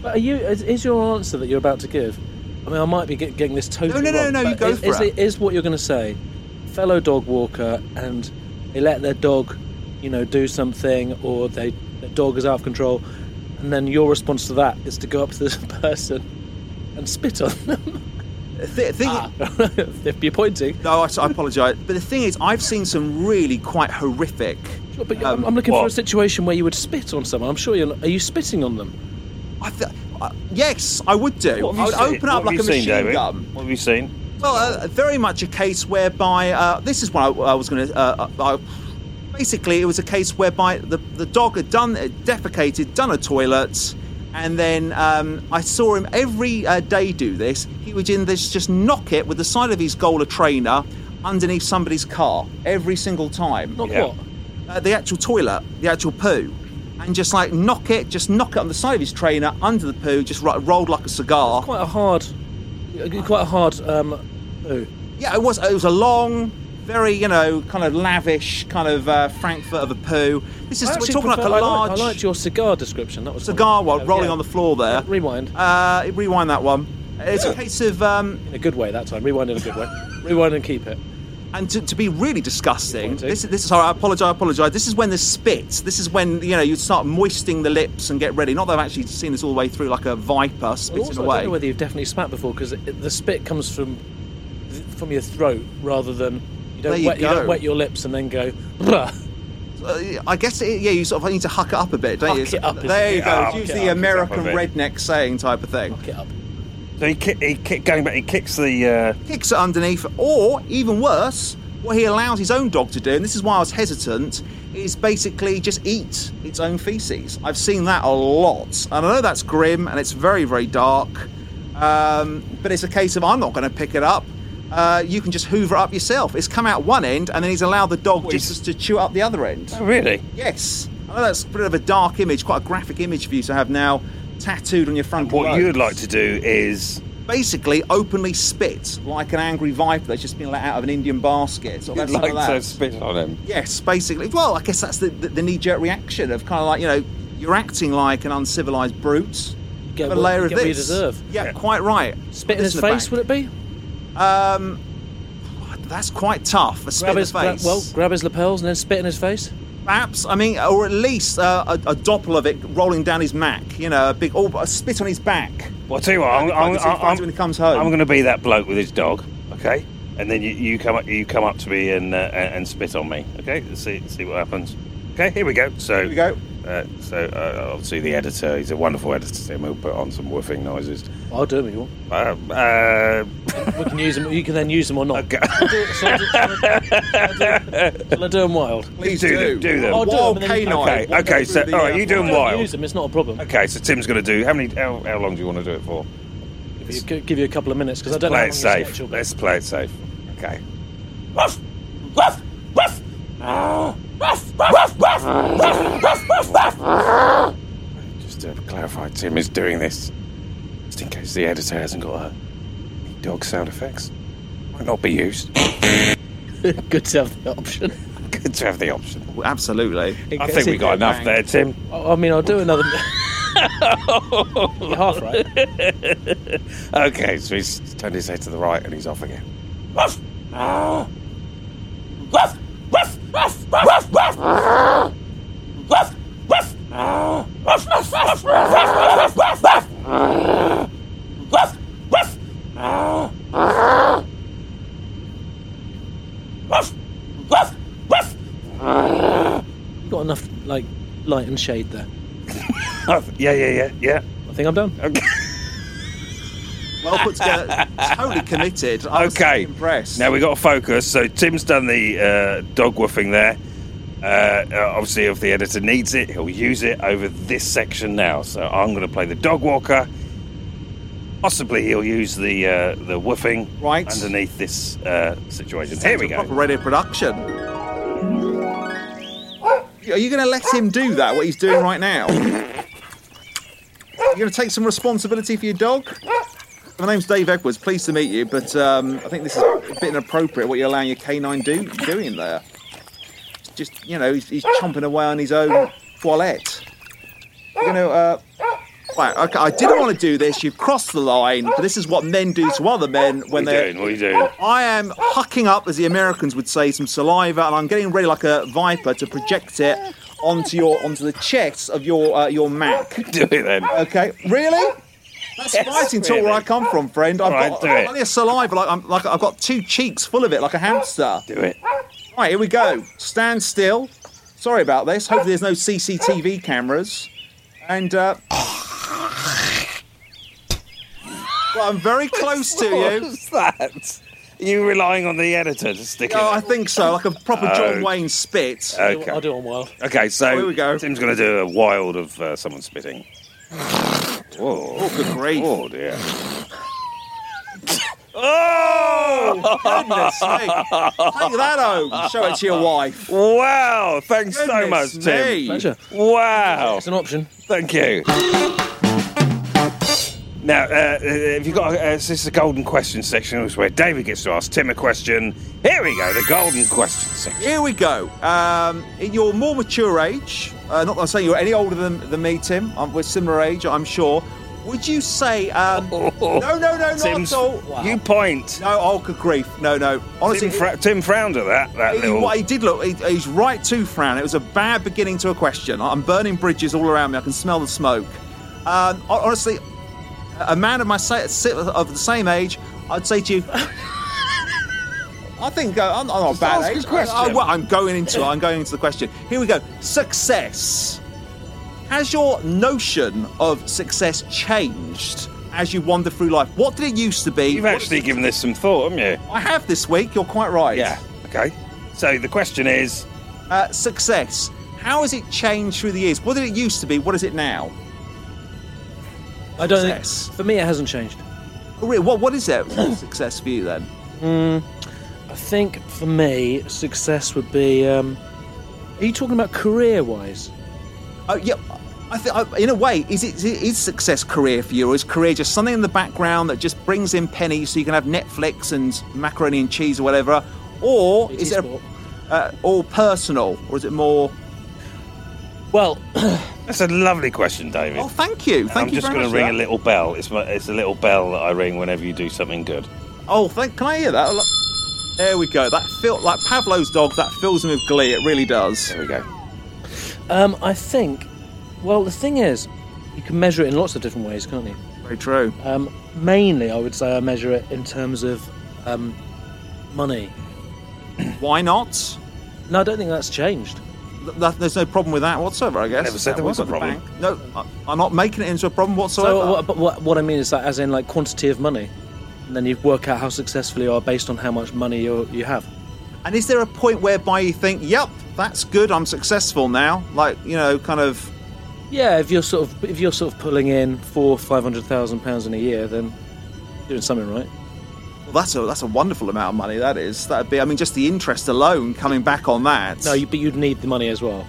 [SPEAKER 3] But are you? Is, is your answer that you're about to give? I mean, I might be get, getting this totally
[SPEAKER 2] No, no, no,
[SPEAKER 3] wrong,
[SPEAKER 2] no, you
[SPEAKER 3] but
[SPEAKER 2] go
[SPEAKER 3] is,
[SPEAKER 2] for
[SPEAKER 3] is
[SPEAKER 2] it.
[SPEAKER 3] Is what you're going to say? Fellow dog walker, and they let their dog, you know, do something, or they their dog is out of control, and then your response to that is to go up to this person and spit on them.
[SPEAKER 2] Th- thing,
[SPEAKER 3] if you're pointing.
[SPEAKER 2] No, I, I apologise. But the thing is, I've seen some really quite horrific.
[SPEAKER 3] Sure, But
[SPEAKER 2] um,
[SPEAKER 3] I'm- I'm looking for a situation where you would spit on someone. I'm sure you're. Not, are you spitting on them?
[SPEAKER 2] I th- I, yes, I would do.
[SPEAKER 1] What have
[SPEAKER 2] I would
[SPEAKER 1] you seen?
[SPEAKER 2] open up
[SPEAKER 1] What have
[SPEAKER 2] like
[SPEAKER 1] you
[SPEAKER 2] a
[SPEAKER 1] seen,
[SPEAKER 2] machine
[SPEAKER 1] David?
[SPEAKER 2] gun.
[SPEAKER 1] What have you seen?
[SPEAKER 2] Well, uh, very much a case whereby uh, this is what I, I was going to. Uh, I, basically, it was a case whereby the, the dog had done uh, defecated, done a toilet, and then um, I saw him every uh, day do this. He would in this just knock it with the side of his goaler trainer underneath somebody's car every single time.
[SPEAKER 3] Not
[SPEAKER 1] Yeah.
[SPEAKER 3] what?
[SPEAKER 2] Uh, the actual toilet, the actual poo. And just like knock it, just knock it on the side of his trainer under the poo, just ro- rolled like a cigar.
[SPEAKER 3] Quite a hard. Quite a hard. Um, oh.
[SPEAKER 2] Yeah, it was. It was a long, very you know, kind of lavish, kind of uh, Frankfurt of a poo. This is
[SPEAKER 3] I
[SPEAKER 2] we're
[SPEAKER 3] actually
[SPEAKER 2] talking like a
[SPEAKER 3] prefer- I liked-
[SPEAKER 2] large
[SPEAKER 3] I liked your cigar description. That was
[SPEAKER 2] cigar while
[SPEAKER 3] Yeah,
[SPEAKER 2] rolling
[SPEAKER 3] yeah.
[SPEAKER 2] on the floor there.
[SPEAKER 3] Rewind
[SPEAKER 2] Uh, rewind that one. It's a case of, um,
[SPEAKER 3] in a good way that time. Rewind in a good way. Rewind and keep it.
[SPEAKER 2] and to, to be really disgusting.
[SPEAKER 3] Disappointing.
[SPEAKER 2] This, is- this is. Sorry, I apologise. I apologise. This is when the spit. This is when you know you start moisting the lips and get ready. Not that I've actually seen this all the way through, like a viper
[SPEAKER 3] Well,
[SPEAKER 2] spitting
[SPEAKER 3] Oh, also, I don't know
[SPEAKER 2] away.
[SPEAKER 3] whether you've definitely spat before because the spit comes from th- from your throat rather than you
[SPEAKER 2] There
[SPEAKER 3] don't,
[SPEAKER 2] you
[SPEAKER 3] wet, you don't
[SPEAKER 2] go.
[SPEAKER 3] wet your lips and then go. "Bruh."
[SPEAKER 2] Uh, I guess it, yeah, you sort of need to huck it up a bit, don't you?
[SPEAKER 3] Huck it up,
[SPEAKER 2] there
[SPEAKER 3] isn't
[SPEAKER 2] you
[SPEAKER 3] it?
[SPEAKER 2] go.
[SPEAKER 1] Yeah,
[SPEAKER 2] It's
[SPEAKER 1] huck
[SPEAKER 2] Use
[SPEAKER 1] it up,
[SPEAKER 2] the
[SPEAKER 1] huck it up a
[SPEAKER 2] American
[SPEAKER 1] bit.
[SPEAKER 2] redneck saying type of thing.
[SPEAKER 3] Fuck it up.
[SPEAKER 1] So he kick, he kick, going back. He kicks the. Uh,
[SPEAKER 2] kicks it underneath, or even worse, what he allows his own dog to do, and this is why I was hesitant, is basically just eat its own feces. I've seen that a lot, and I know that's grim and it's very, very dark, um, but it's a case of I'm not going to pick it up. Uh, you can just hoover up yourself. It's come out one end, and then he's allowed the dog just to chew up the other end.
[SPEAKER 1] oh, really?
[SPEAKER 2] Yes, I know that's a bit of a dark image, quite a graphic image for you to have now tattooed on your front.
[SPEAKER 1] What
[SPEAKER 2] lobe
[SPEAKER 1] you'd like to do is
[SPEAKER 2] basically openly spit like an angry viper that's just been let out of an Indian basket. Sort of
[SPEAKER 1] you'd
[SPEAKER 2] have some
[SPEAKER 1] like
[SPEAKER 2] of
[SPEAKER 1] to
[SPEAKER 2] that.
[SPEAKER 1] spit on him.
[SPEAKER 2] Yes, basically. Well, I guess that's the, the, the knee jerk reaction of kind of like, you know, You're acting like an uncivilized brute.
[SPEAKER 3] Get
[SPEAKER 2] Have a
[SPEAKER 3] what-
[SPEAKER 2] layer of
[SPEAKER 3] get what you
[SPEAKER 2] this.
[SPEAKER 3] deserve.
[SPEAKER 2] Yeah, quite right.
[SPEAKER 3] Spit in
[SPEAKER 2] This
[SPEAKER 3] his face,
[SPEAKER 2] the
[SPEAKER 3] would it be?
[SPEAKER 2] bank. Um, that's quite tough. A spit
[SPEAKER 3] Grab
[SPEAKER 2] in
[SPEAKER 3] his
[SPEAKER 2] the
[SPEAKER 3] gra-
[SPEAKER 2] face.
[SPEAKER 3] well, grab his lapels and then spit in his face.
[SPEAKER 2] Perhaps, I mean, or at least uh, a, a doppel of it rolling down his mac. You know, a big, oh, a spit on his back.
[SPEAKER 1] Well, I tell you what, I'm,
[SPEAKER 2] Like
[SPEAKER 1] I'm,
[SPEAKER 2] the two
[SPEAKER 1] I'm,
[SPEAKER 2] fights when he comes home.
[SPEAKER 1] I'm going to be that bloke with his dog, okay? And then you, you come up, you come up to me and uh, and and spit on me, okay? Let's see see what happens. Okay, here we go. So
[SPEAKER 2] Here we go.
[SPEAKER 1] Uh, so uh, obviously the editor, he's a wonderful editor. Tim. He'll put on some woofing noises.
[SPEAKER 3] I'll do it if you want.
[SPEAKER 1] Uh, uh,
[SPEAKER 3] We can use them. You can then use them or not.
[SPEAKER 1] Okay.
[SPEAKER 3] Shall I do- shall I do- shall I do- shall I do them wild?
[SPEAKER 2] Please
[SPEAKER 1] do
[SPEAKER 2] do.
[SPEAKER 1] them, do them.
[SPEAKER 3] I'll do
[SPEAKER 2] Wild
[SPEAKER 3] them and then you-
[SPEAKER 2] canine.
[SPEAKER 1] okay,
[SPEAKER 2] Walk
[SPEAKER 1] okay.
[SPEAKER 2] them
[SPEAKER 1] So
[SPEAKER 2] through
[SPEAKER 1] all
[SPEAKER 2] the,
[SPEAKER 1] right,
[SPEAKER 2] uh,
[SPEAKER 1] you do them
[SPEAKER 3] Don't
[SPEAKER 1] wild.
[SPEAKER 3] Use them. It's not a problem.
[SPEAKER 1] Okay, so Tim's going to do how many? How, how long do you want to do it for?
[SPEAKER 3] You could give you a couple of minutes because I don't know how
[SPEAKER 1] Play
[SPEAKER 3] long
[SPEAKER 1] it
[SPEAKER 3] your
[SPEAKER 1] safe.
[SPEAKER 3] schedule.
[SPEAKER 1] Let's play it safe. Okay. Ah! Just to clarify, Tim is doing this just in case the editor hasn't got a dog sound effects. Might not be used.
[SPEAKER 3] Good to have the option.
[SPEAKER 1] Good to have the option.
[SPEAKER 2] Well, Absolutely.
[SPEAKER 1] I think we got enough there, Tim.
[SPEAKER 3] I I mean, I'll do another. You're half right.
[SPEAKER 1] Okay, so he's turned his head to the right and he's off again.
[SPEAKER 3] You got enough like light and shade there.
[SPEAKER 1] Oh, yeah, yeah, yeah, yeah.
[SPEAKER 3] I think I'm done.
[SPEAKER 2] Well put together. totally committed. I was
[SPEAKER 1] Okay.
[SPEAKER 2] impressed.
[SPEAKER 1] Now we got to focus. So Tim's done the uh, dog woofing there. Uh, uh, obviously, if the editor needs it, he'll use it over this section now. So I'm going to play the dog walker. Possibly he'll use the uh, the woofing
[SPEAKER 2] Right.
[SPEAKER 1] underneath this uh, situation. Here we
[SPEAKER 2] Proper
[SPEAKER 1] go.
[SPEAKER 2] radio production. Are you going to let him do that? What he's doing right now? You're going to take some responsibility for your dog. My name's Dave Edwards. Pleased to meet you, but um, I think this is a bit inappropriate. What you're allowing your canine do doing there? Just you know, he's, he's chomping away on his own toilette. You're going to. Uh, Right, okay, I didn't want to do this. You've crossed the line. But this is what men do to other men when
[SPEAKER 1] What are
[SPEAKER 2] they're
[SPEAKER 1] you doing? What are you doing?
[SPEAKER 2] I am hucking up, as the Americans would say, some saliva, and I'm getting ready like a viper to project it onto your onto the chest of your uh, your Mac.
[SPEAKER 1] Do it then.
[SPEAKER 2] Okay, really? That's
[SPEAKER 1] Yes,
[SPEAKER 2] fighting talk where
[SPEAKER 1] really.
[SPEAKER 2] I come from, friend. I've
[SPEAKER 1] Alright,
[SPEAKER 2] got
[SPEAKER 1] do it.
[SPEAKER 2] plenty of saliva, like I'm like I've got two cheeks full of it, like a hamster.
[SPEAKER 1] Do it.
[SPEAKER 2] Right, here we go. Stand still. Sorry about this. Hopefully, there's no CCTV cameras. And, uh. well, I'm very close to
[SPEAKER 1] What
[SPEAKER 2] you.
[SPEAKER 1] was that? Are you relying on the editor to stick
[SPEAKER 2] Oh,
[SPEAKER 1] it?
[SPEAKER 2] I think so. Like a proper
[SPEAKER 1] Oh.
[SPEAKER 2] John Wayne spit.
[SPEAKER 1] Okay.
[SPEAKER 3] I'll do it on wild.
[SPEAKER 1] Okay, so
[SPEAKER 2] Here we go.
[SPEAKER 1] Tim's going to do a wild of uh, someone spitting. Whoa.
[SPEAKER 2] Oh, good grief.
[SPEAKER 1] Oh dear. oh!
[SPEAKER 2] Goodness me. Take that home. Show it to your wife.
[SPEAKER 1] Wow! Thanks so
[SPEAKER 2] Goodness
[SPEAKER 1] much, Tim.
[SPEAKER 2] me.
[SPEAKER 3] Pleasure.
[SPEAKER 1] Wow!
[SPEAKER 3] It's an option.
[SPEAKER 1] Thank you. Now, uh, if you got, uh, this is the golden question section, which is where David gets to ask Tim a question. Here we go, the golden question section.
[SPEAKER 2] Here we go. Um, in your more mature age, uh, not that I'm saying you're any older than, than me, Tim. Um, we're similar age, I'm sure. Would you say? Um, no, no, no, not
[SPEAKER 1] Tim's,
[SPEAKER 2] at all.
[SPEAKER 1] you point.
[SPEAKER 2] No, oh, good grief. No, no. Honestly,
[SPEAKER 1] Tim, fro- Tim frowned at that. That
[SPEAKER 2] he, he-
[SPEAKER 1] little.
[SPEAKER 2] what he did look, he, he's right to frown. It was a bad beginning to a question. I'm burning bridges all around me. I can smell the smoke. Um, hon- honestly, a man of my sa- si- of the same age, I'd say to you. I think uh, I'm, I'm not bad.
[SPEAKER 1] ask
[SPEAKER 2] age.
[SPEAKER 1] his question.
[SPEAKER 2] I, am going into it. I'm going into the question. Here we go. Success. Has your notion of success changed as you wander through life? What did it used to be?
[SPEAKER 1] You've
[SPEAKER 2] What-
[SPEAKER 1] actually given this some thought, haven't you?
[SPEAKER 2] I have this week. You're quite right.
[SPEAKER 1] Yeah. Okay. So the question is.
[SPEAKER 2] Uh, success. How has it changed through the years? What did it used to be? What is it now?
[SPEAKER 3] I don't think.
[SPEAKER 2] Success.
[SPEAKER 3] For me, it hasn't changed.
[SPEAKER 2] Oh, really? What What is it? success for you then?
[SPEAKER 3] I think for me, success would be. Um, are you talking about career-wise?
[SPEAKER 2] Oh, yeah. I think, I- in a way, is it is success career for you, or is career just something in the background that just brings in pennies so you can have Netflix and macaroni and cheese or whatever, or
[SPEAKER 3] BT
[SPEAKER 2] is it
[SPEAKER 3] Sport.
[SPEAKER 2] a, uh, all personal, or is it more
[SPEAKER 3] Well,
[SPEAKER 1] That's a lovely question, David.
[SPEAKER 2] Oh, thank you.
[SPEAKER 1] I'm
[SPEAKER 2] Thank you
[SPEAKER 1] just
[SPEAKER 2] very
[SPEAKER 1] gonna
[SPEAKER 2] much.
[SPEAKER 1] ring
[SPEAKER 2] for
[SPEAKER 1] a
[SPEAKER 2] that.
[SPEAKER 1] little bell. It's my, it's a little bell that I ring whenever you do something good.
[SPEAKER 2] Oh, thank, can I hear that? Look- There we go. That feel like Pavlov's dog. That fills me with glee. It really does.
[SPEAKER 1] There we go.
[SPEAKER 3] um, I think. Well, the thing is, you can measure it in lots of different ways, can't you?
[SPEAKER 2] Very true.
[SPEAKER 3] Um, mainly, I would say I measure it in terms of um, money.
[SPEAKER 2] Why not?
[SPEAKER 3] No, I don't think that's changed.
[SPEAKER 2] Th- that- there's no problem with that whatsoever. I guess.
[SPEAKER 1] never said
[SPEAKER 2] That
[SPEAKER 1] there was
[SPEAKER 2] we've
[SPEAKER 1] a
[SPEAKER 2] got the
[SPEAKER 1] problem.
[SPEAKER 2] bank. No, I- I'm not making it into a problem whatsoever.
[SPEAKER 3] So, what, but what, what I mean is that, as in, like quantity of money, and then you work out how successful you are based on how much money you you have.
[SPEAKER 2] And is there a point whereby you think, "Yep, that's good. I'm successful now"? Like you know, kind of.
[SPEAKER 3] Yeah, if you're sort of if you're sort of pulling in four five hundred thousand pounds in a year, then you're doing something right.
[SPEAKER 2] Well, that's a that's a wonderful amount of money. That is. That'd be. I mean, just the interest alone coming back on that.
[SPEAKER 3] No, you, but you'd need the money as well.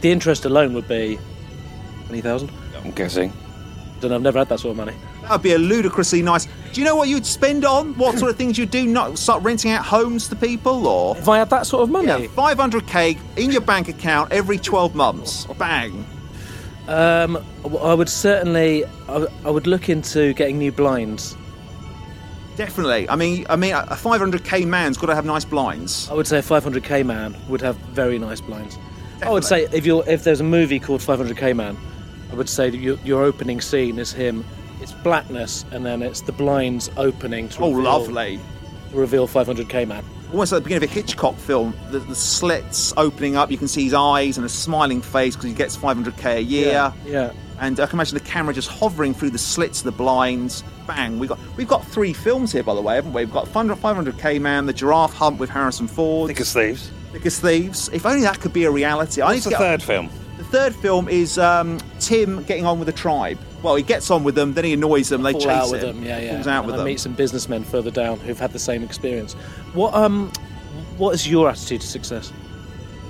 [SPEAKER 3] The interest alone would be twenty thousand.
[SPEAKER 1] I'm guessing.
[SPEAKER 3] Then I've never had that sort of money.
[SPEAKER 2] That'd be a ludicrously nice. Do you know what you'd spend on? What sort of things you'd do? Not start renting out homes to people, or
[SPEAKER 3] If I had that sort of
[SPEAKER 2] yeah,
[SPEAKER 3] money,
[SPEAKER 2] 500k in your bank account every 12 months. Bang.
[SPEAKER 3] um, w- I would certainly I, w- I would look into getting new blinds.
[SPEAKER 2] Definitely. I mean, I mean, a 500k man's got to have nice blinds.
[SPEAKER 3] I would say a 500k man would have very nice blinds. I would say if you're if there's a movie called 500k man, I would say that your, your opening scene is him. It's blackness, and then it's the blinds opening to
[SPEAKER 2] Oh,
[SPEAKER 3] reveal,
[SPEAKER 2] lovely.
[SPEAKER 3] to reveal 500k man.
[SPEAKER 2] Almost like the beginning of a Hitchcock film. The, the slits opening up. You can see his eyes and a smiling face because he gets 500k a year.
[SPEAKER 3] yeah.
[SPEAKER 2] And I can imagine the camera just hovering through the slits of the blinds. Bang! We got we've got three films here, by the way, haven't we? We've got 500, 500k man, the giraffe hunt with Harrison Ford,
[SPEAKER 1] Thick as thieves.
[SPEAKER 2] Biggest Thieves. If only that could be a reality. I need
[SPEAKER 1] What's
[SPEAKER 2] to
[SPEAKER 1] the
[SPEAKER 2] get-
[SPEAKER 1] third film?
[SPEAKER 2] The third film is um, Tim getting on with the tribe. Well, he gets on with them, then he annoys them, they
[SPEAKER 3] fall
[SPEAKER 2] chase
[SPEAKER 3] out with
[SPEAKER 2] him.
[SPEAKER 3] them. Yeah, yeah.
[SPEAKER 2] Falls out
[SPEAKER 3] and
[SPEAKER 2] with
[SPEAKER 3] I
[SPEAKER 2] them.
[SPEAKER 3] meet some businessmen further down who've had the same experience. What um, what is your attitude to success?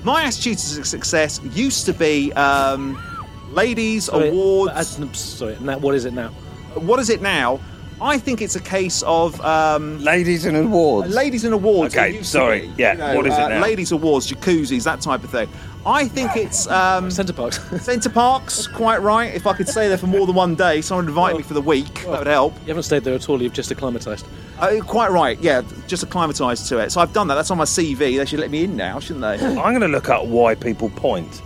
[SPEAKER 2] My attitude to success used to be um, ladies,
[SPEAKER 3] Sorry,
[SPEAKER 2] awards.
[SPEAKER 3] but as- sorry, now, what is it now?
[SPEAKER 2] What is it now? I think it's a case of um,
[SPEAKER 1] Ladies and awards.
[SPEAKER 2] ladies and awards.
[SPEAKER 1] Okay,
[SPEAKER 2] it used to
[SPEAKER 1] sorry.
[SPEAKER 2] be.
[SPEAKER 1] Yeah,
[SPEAKER 2] You know,
[SPEAKER 1] what is it
[SPEAKER 2] uh,
[SPEAKER 1] now?
[SPEAKER 2] Ladies awards, jacuzzis, that type of thing. I think it's um,
[SPEAKER 3] Centre parks.
[SPEAKER 2] Centre Parks, quite right. If I could stay there for more than one day, someone would invite me for the week. that would help.
[SPEAKER 3] you haven't stayed there at all. You've just acclimatised.
[SPEAKER 2] Uh, quite right, yeah. Just acclimatised to it. So I've done that. That's on my CV. They should let me in now, shouldn't they?
[SPEAKER 1] I'm going to look up why people point.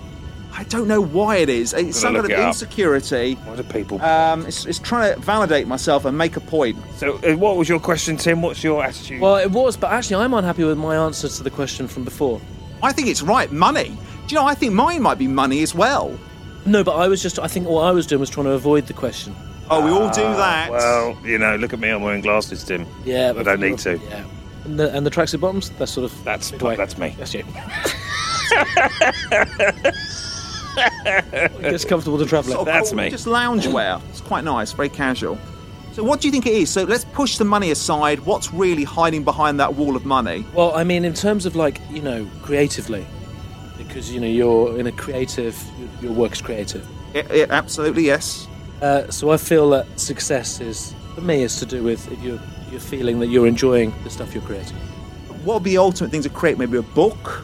[SPEAKER 2] I don't know why it is. It's some
[SPEAKER 1] look
[SPEAKER 2] kind of
[SPEAKER 1] it up.
[SPEAKER 2] insecurity.
[SPEAKER 1] Why do people?
[SPEAKER 2] Um, it's, it's trying to validate myself and make a point.
[SPEAKER 1] so, uh, what was your question, Tim? What's your attitude?
[SPEAKER 3] Well, it was, but actually, I'm unhappy with my answer to the question from before.
[SPEAKER 2] I think it's right. Money. Do you know? I think mine might be money as well.
[SPEAKER 3] No, but I was just. I think all I was doing was trying to avoid the question.
[SPEAKER 2] Oh, we all do
[SPEAKER 1] Ah,
[SPEAKER 2] that.
[SPEAKER 1] well, you know, look at me. I'm wearing glasses, Tim.
[SPEAKER 3] Yeah,
[SPEAKER 1] I don't need to.
[SPEAKER 3] Yeah. And the, and the tracksuit bottoms. That's sort of.
[SPEAKER 1] That's
[SPEAKER 3] big way.
[SPEAKER 1] that's me.
[SPEAKER 3] That's you. it gets comfortable to travel.
[SPEAKER 2] Sort of
[SPEAKER 3] in.
[SPEAKER 1] That's
[SPEAKER 2] Oh, cool,
[SPEAKER 1] me.
[SPEAKER 2] Just loungewear. It's quite nice, very casual. So what do you think it is? So let's push the money aside. What's really hiding behind that wall of money?
[SPEAKER 3] Well, I mean, in terms of like you know, creatively, because you know you're in a creative, your work is creative.
[SPEAKER 2] It, it, absolutely, yes.
[SPEAKER 3] Uh, so I feel that success is for me is to do with if you're you're feeling that you're enjoying the stuff you're creating.
[SPEAKER 2] what would be the ultimate thing to create? Maybe a book,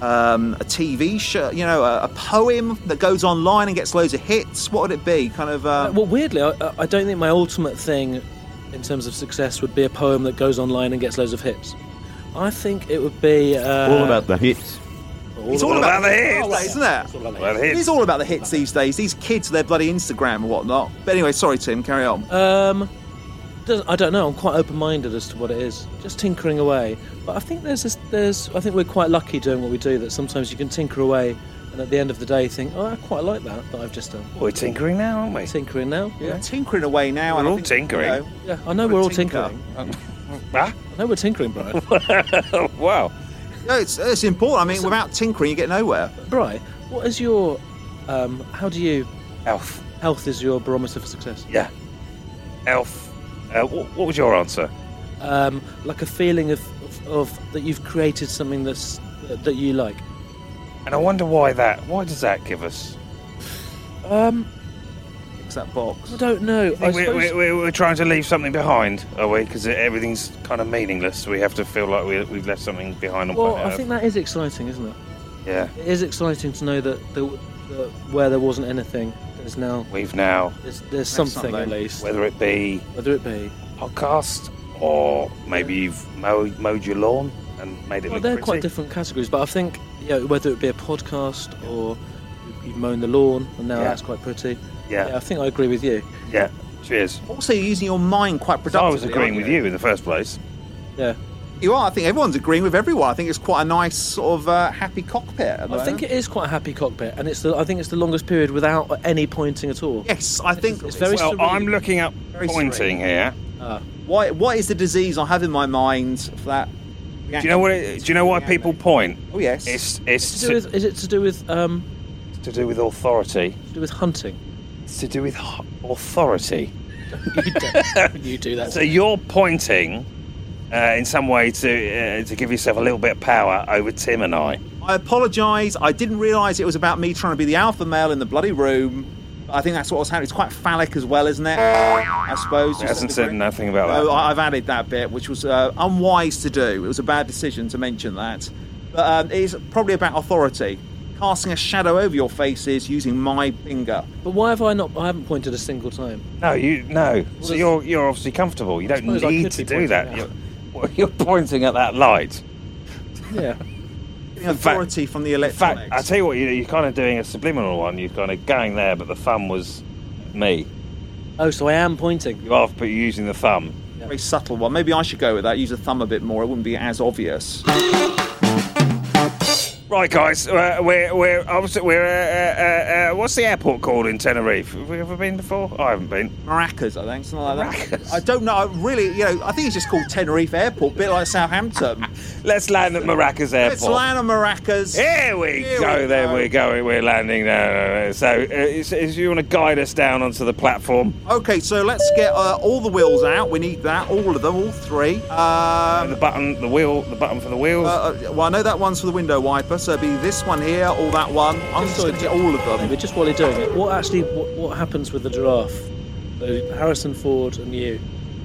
[SPEAKER 2] um, a TV show, you know, a, a poem that goes online and gets loads of hits. What would it be? Kind of. Uh,
[SPEAKER 3] Well, weirdly, I, I don't think my ultimate thing in terms of success would be a poem that goes online and gets loads of hits. I think it would be uh,
[SPEAKER 4] All about the hits.
[SPEAKER 2] it's all about,
[SPEAKER 1] about the hits.
[SPEAKER 2] the hits, isn't it?
[SPEAKER 1] Well,
[SPEAKER 2] It
[SPEAKER 1] here's
[SPEAKER 2] is all about the hits these days. These kids, their bloody Instagram and whatnot. But anyway, sorry, Tim. Carry on.
[SPEAKER 3] Um, doesn't- I don't know. I'm quite open-minded as to what it is. Just tinkering away. But I think there's this, there's I think we're quite lucky doing what we do. That sometimes you can tinker away, and at the end of the day, think, oh, I quite like that that I've just done.
[SPEAKER 1] we're tinkering now, aren't we?
[SPEAKER 3] Tinkering now.
[SPEAKER 2] We're tinkering away now.
[SPEAKER 1] We're
[SPEAKER 2] and I
[SPEAKER 1] all
[SPEAKER 2] think,
[SPEAKER 1] tinkering.
[SPEAKER 2] you know,
[SPEAKER 3] Yeah, I know
[SPEAKER 2] What a
[SPEAKER 3] we're all
[SPEAKER 2] tinker.
[SPEAKER 3] tinkering.
[SPEAKER 1] Ah?
[SPEAKER 3] I know we're tinkering, Brian.
[SPEAKER 1] wow.
[SPEAKER 2] no, it's, it's important. I mean, without tinkering, you get nowhere.
[SPEAKER 3] Brian, what is your um, how do you
[SPEAKER 1] Elf.
[SPEAKER 3] health is your barometer for success?
[SPEAKER 1] Yeah. Elf. Uh, what, what was your answer?
[SPEAKER 3] Um, like a feeling of, of, of that you've created something that's uh, that you like.
[SPEAKER 1] And I wonder why that. Why does that give us?
[SPEAKER 3] Um,
[SPEAKER 2] It's that box.
[SPEAKER 3] I don't know. I
[SPEAKER 1] We're,
[SPEAKER 3] suppose-
[SPEAKER 1] we're, we're, we're trying to leave something behind, are we? Because everything's kind of meaningless. We have to feel like we, we've left something behind on
[SPEAKER 3] Well,
[SPEAKER 1] planet
[SPEAKER 3] I
[SPEAKER 1] Earth.
[SPEAKER 3] think that is exciting, isn't it?
[SPEAKER 1] Yeah.
[SPEAKER 3] It is exciting to know that the, the, where there wasn't anything, there's now
[SPEAKER 1] We've now,
[SPEAKER 3] there's, there's something, at
[SPEAKER 2] something.
[SPEAKER 3] least.
[SPEAKER 1] whether it be
[SPEAKER 3] Whether it be,
[SPEAKER 1] podcast or maybe you've mowed, mowed your lawn and made it
[SPEAKER 3] well,
[SPEAKER 1] look
[SPEAKER 3] they're
[SPEAKER 1] pretty.
[SPEAKER 3] quite different categories, but I think you know, whether it be a podcast or you've mown the lawn and now
[SPEAKER 1] Yeah.
[SPEAKER 3] that's quite pretty.
[SPEAKER 1] Yeah.
[SPEAKER 3] I think I agree with you.
[SPEAKER 1] Yeah. Cheers.
[SPEAKER 2] Also, you're using your mind quite
[SPEAKER 1] So I
[SPEAKER 2] productively.
[SPEAKER 1] was agreeing
[SPEAKER 2] aren't
[SPEAKER 1] with you in the first place.
[SPEAKER 3] Yeah.
[SPEAKER 2] You are. I think everyone's agreeing with everyone. I think it's quite a nice sort of uh, happy cockpit. At the
[SPEAKER 3] I think
[SPEAKER 2] moment.
[SPEAKER 3] it is quite a happy cockpit, and it's the, I think it's the longest period without any pointing at all.
[SPEAKER 2] Yes, I think
[SPEAKER 3] it's very-
[SPEAKER 1] Well,
[SPEAKER 3] serene.
[SPEAKER 1] I'm looking up
[SPEAKER 2] Very
[SPEAKER 1] pointing
[SPEAKER 2] serene.
[SPEAKER 1] here.
[SPEAKER 2] Why, what is the disease I have in my mind for that?
[SPEAKER 1] Do you know what? It, do you know why people point?
[SPEAKER 2] Oh yes.
[SPEAKER 1] It's it's
[SPEAKER 3] To do with, is it to do with um,
[SPEAKER 1] to do with authority.
[SPEAKER 3] to do with hunting?
[SPEAKER 1] It's to do with h- authority.
[SPEAKER 3] You do that.
[SPEAKER 1] So you're pointing uh, in some way to uh, to give yourself a little bit of power over Tim and I.
[SPEAKER 2] I apologise. I didn't realise it was about me trying to be the alpha male in the bloody room. I think that's what was happening. It's quite phallic as well, isn't it? I suppose.
[SPEAKER 1] He hasn't said nothing about
[SPEAKER 2] No,
[SPEAKER 1] that.
[SPEAKER 2] I- I've added that bit, which was uh, unwise to do. It was a bad decision to mention that. But um, it is probably about authority, casting a shadow over your faces using my finger.
[SPEAKER 3] But why have I not? I haven't pointed a single time.
[SPEAKER 1] No, you no. So
[SPEAKER 3] does-
[SPEAKER 1] you're you're obviously comfortable. You don't
[SPEAKER 3] suppose I
[SPEAKER 1] need
[SPEAKER 3] could
[SPEAKER 1] to
[SPEAKER 3] be
[SPEAKER 1] do
[SPEAKER 3] pointing
[SPEAKER 1] that.
[SPEAKER 3] now.
[SPEAKER 1] You're, well, you're pointing at that light.
[SPEAKER 3] Yeah.
[SPEAKER 2] Getting Authority from the
[SPEAKER 1] In fact,
[SPEAKER 2] electronics.
[SPEAKER 1] I tell you what, you, you're kind of doing a subliminal one. You're kind of going there, but the thumb was me.
[SPEAKER 3] Oh, so I am pointing.
[SPEAKER 1] You are, but you're using the thumb.
[SPEAKER 2] Very subtle one. Maybe I should go with that. Use a thumb a bit more. It wouldn't be as obvious.
[SPEAKER 1] Right, guys, uh, we're we're obviously we're uh, uh, uh, uh, what's the airport called in Tenerife? Have we ever been before? I haven't been.
[SPEAKER 2] Maracas, I think, something like that. I don't know. I really, you know, I think it's just called Tenerife Airport, a bit like Southampton.
[SPEAKER 1] Let's land at Maracas Airport.
[SPEAKER 2] It's land of Maracas.
[SPEAKER 1] Here we
[SPEAKER 2] Here
[SPEAKER 1] go.
[SPEAKER 2] we
[SPEAKER 1] there
[SPEAKER 2] go.
[SPEAKER 1] we're going. We're landing. No, no, no. So, uh, is, is you want to guide us down onto the platform?
[SPEAKER 2] Okay, so let's get uh, all the wheels out. We need that, all of them, all three. Um,
[SPEAKER 1] the button, the wheel, the button for the wheels.
[SPEAKER 2] Uh, well, I know that one's for the window wiper, so it'd be this one here, or that one. I'm just going to get all of them.
[SPEAKER 3] But just while you're doing it, what actually what, what happens with the giraffe? So Harrison Ford and you.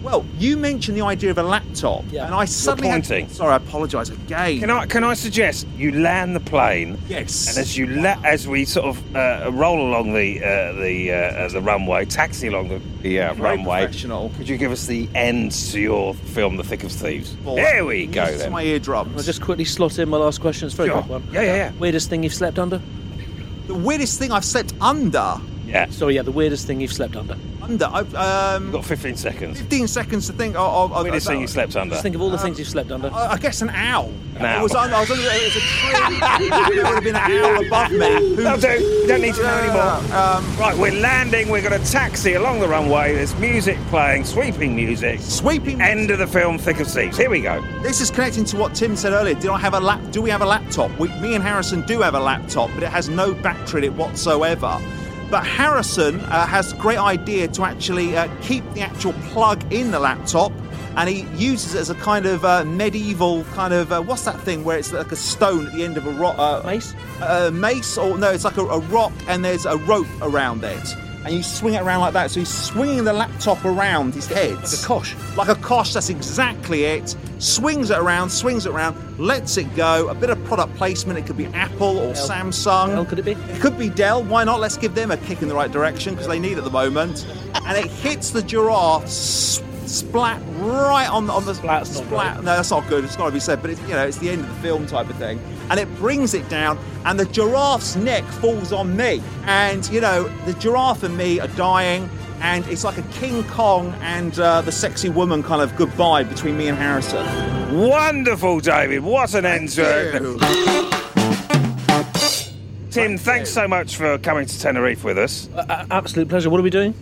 [SPEAKER 2] Well, you mentioned the idea of a laptop,
[SPEAKER 3] Yeah.
[SPEAKER 2] and I suddenly. had-
[SPEAKER 1] pointing.
[SPEAKER 2] sorry, I apologise again.
[SPEAKER 1] can I can I suggest you land the plane?
[SPEAKER 2] Yes.
[SPEAKER 1] And as you la- as we sort of uh, roll along the uh, the uh, uh, the runway, taxi along the, the uh,
[SPEAKER 2] Very
[SPEAKER 1] runway,
[SPEAKER 2] professional.
[SPEAKER 1] could you give us the end to your film, The Thick of Thieves?
[SPEAKER 2] Well,
[SPEAKER 1] There we
[SPEAKER 2] music
[SPEAKER 1] go.
[SPEAKER 2] to
[SPEAKER 1] Then.
[SPEAKER 2] my
[SPEAKER 3] Can I
[SPEAKER 2] eardrums.
[SPEAKER 3] just quickly slot in my last question? It's a very
[SPEAKER 1] Sure.
[SPEAKER 3] quick one.
[SPEAKER 1] Yeah, yeah, yeah.
[SPEAKER 3] Weirdest thing you've slept under?
[SPEAKER 2] The weirdest thing I've slept under.
[SPEAKER 1] Yeah.
[SPEAKER 3] Sorry, yeah, the weirdest thing you've slept under.
[SPEAKER 2] Under. I've, um,
[SPEAKER 1] You've got 15 seconds.
[SPEAKER 2] 15 seconds to think. Of, of, of,
[SPEAKER 1] Weirdest thing you slept under.
[SPEAKER 3] Just think of all the things you've slept under.
[SPEAKER 1] Uh,
[SPEAKER 2] I, I guess an owl.
[SPEAKER 1] owl.
[SPEAKER 2] It was under. I was under. It was a tree. it would have been an owl above me. Who-
[SPEAKER 1] That'll do. You don't need to know anymore.
[SPEAKER 2] Uh, um,
[SPEAKER 1] Right, we're landing. We've got a taxi along the runway. There's music playing, sweeping music.
[SPEAKER 2] sweeping.
[SPEAKER 1] End of the film, Thick of Thieves. Here we go.
[SPEAKER 2] This is connecting to what Tim said earlier. Do I have a lap? Do we have a laptop? We, me and Harrison do have a laptop, but it has no battery in it whatsoever. But Harrison uh, has the great idea to actually uh, keep the actual plug in the laptop, and he uses it as a kind of uh, medieval kind of uh, what's that thing where it's like a stone at the end of a rock, uh,
[SPEAKER 3] Mace?
[SPEAKER 2] a mace, or no, it's like a, a rock, and there's a rope around it, and you swing it around like that. So he's swinging the laptop around his head
[SPEAKER 3] Like a kosh.
[SPEAKER 2] like a kosh, that's exactly it. Swings it around, swings it around, lets it go. A bit of product placement. It could be Apple or
[SPEAKER 3] Dell.
[SPEAKER 2] Samsung.
[SPEAKER 3] Dell, could it be?
[SPEAKER 2] It could be Dell. Why not? Let's give them a kick in the right direction because they need it at the moment. And it hits the giraffe, s- splat right on the on the
[SPEAKER 3] Splat's not
[SPEAKER 2] splat.
[SPEAKER 3] right.
[SPEAKER 2] No, that's not good. It's got to be said, but it's you know it's the end of the film type of thing. And it brings it down, and the giraffe's neck falls on me. And you know the giraffe and me are dying. And it's like a King Kong and uh, the sexy woman kind of goodbye between me and Harrison.
[SPEAKER 1] Wonderful, David. What an end to it. Tim, thanks so much for coming to Tenerife with us.
[SPEAKER 3] A- a- uh, absolute pleasure. What are we doing?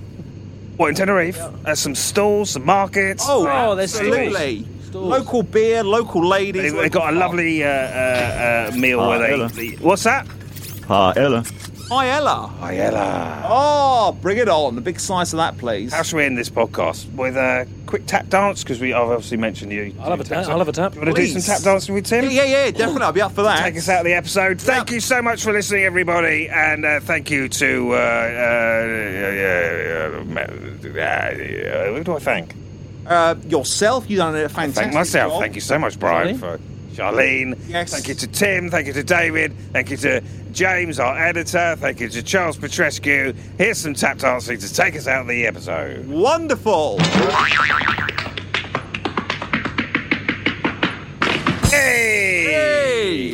[SPEAKER 1] Well, in Tenerife, there's some stalls, some markets.
[SPEAKER 2] Oh,
[SPEAKER 3] Oh, there's
[SPEAKER 2] absolutely.
[SPEAKER 3] stores.
[SPEAKER 2] Local beer, local ladies.
[SPEAKER 1] They've
[SPEAKER 2] local
[SPEAKER 1] got a
[SPEAKER 2] pub.
[SPEAKER 1] lovely uh, uh, uh, meal
[SPEAKER 4] Ah,
[SPEAKER 1] where
[SPEAKER 2] Oh,
[SPEAKER 4] hello.
[SPEAKER 1] they. they- What's that?
[SPEAKER 4] Paella.
[SPEAKER 2] Hi, Ella.
[SPEAKER 1] Ayala.
[SPEAKER 2] Oh, bring it on. The big slice of that, please.
[SPEAKER 1] How should we end this podcast? With a quick tap dance? Because we I've obviously mentioned you.
[SPEAKER 3] I'll have a tap. I'll have a tap.
[SPEAKER 1] You want to do some
[SPEAKER 2] Please.
[SPEAKER 1] tap dancing with Tim?
[SPEAKER 2] Yeah, yeah, yeah, definitely. I'll be up for that.
[SPEAKER 1] take us out of the episode. Thank
[SPEAKER 2] Yeah.
[SPEAKER 1] you so much for listening, everybody, and uh, thank you to. Uh, uh, uh, uh, uh, who do I thank?
[SPEAKER 2] Uh, yourself, you've done a fantastic
[SPEAKER 1] Thank myself.
[SPEAKER 2] job.
[SPEAKER 1] Thank you so much, Brian,
[SPEAKER 3] Really?
[SPEAKER 1] for Charlene.
[SPEAKER 2] Yes.
[SPEAKER 1] Thank you to Tim. Thank you to David. Thank you to James, our editor. Thank you to Charles Petrescu. Here's some tap dancing to take us out of the episode.
[SPEAKER 2] Wonderful.
[SPEAKER 1] Hey!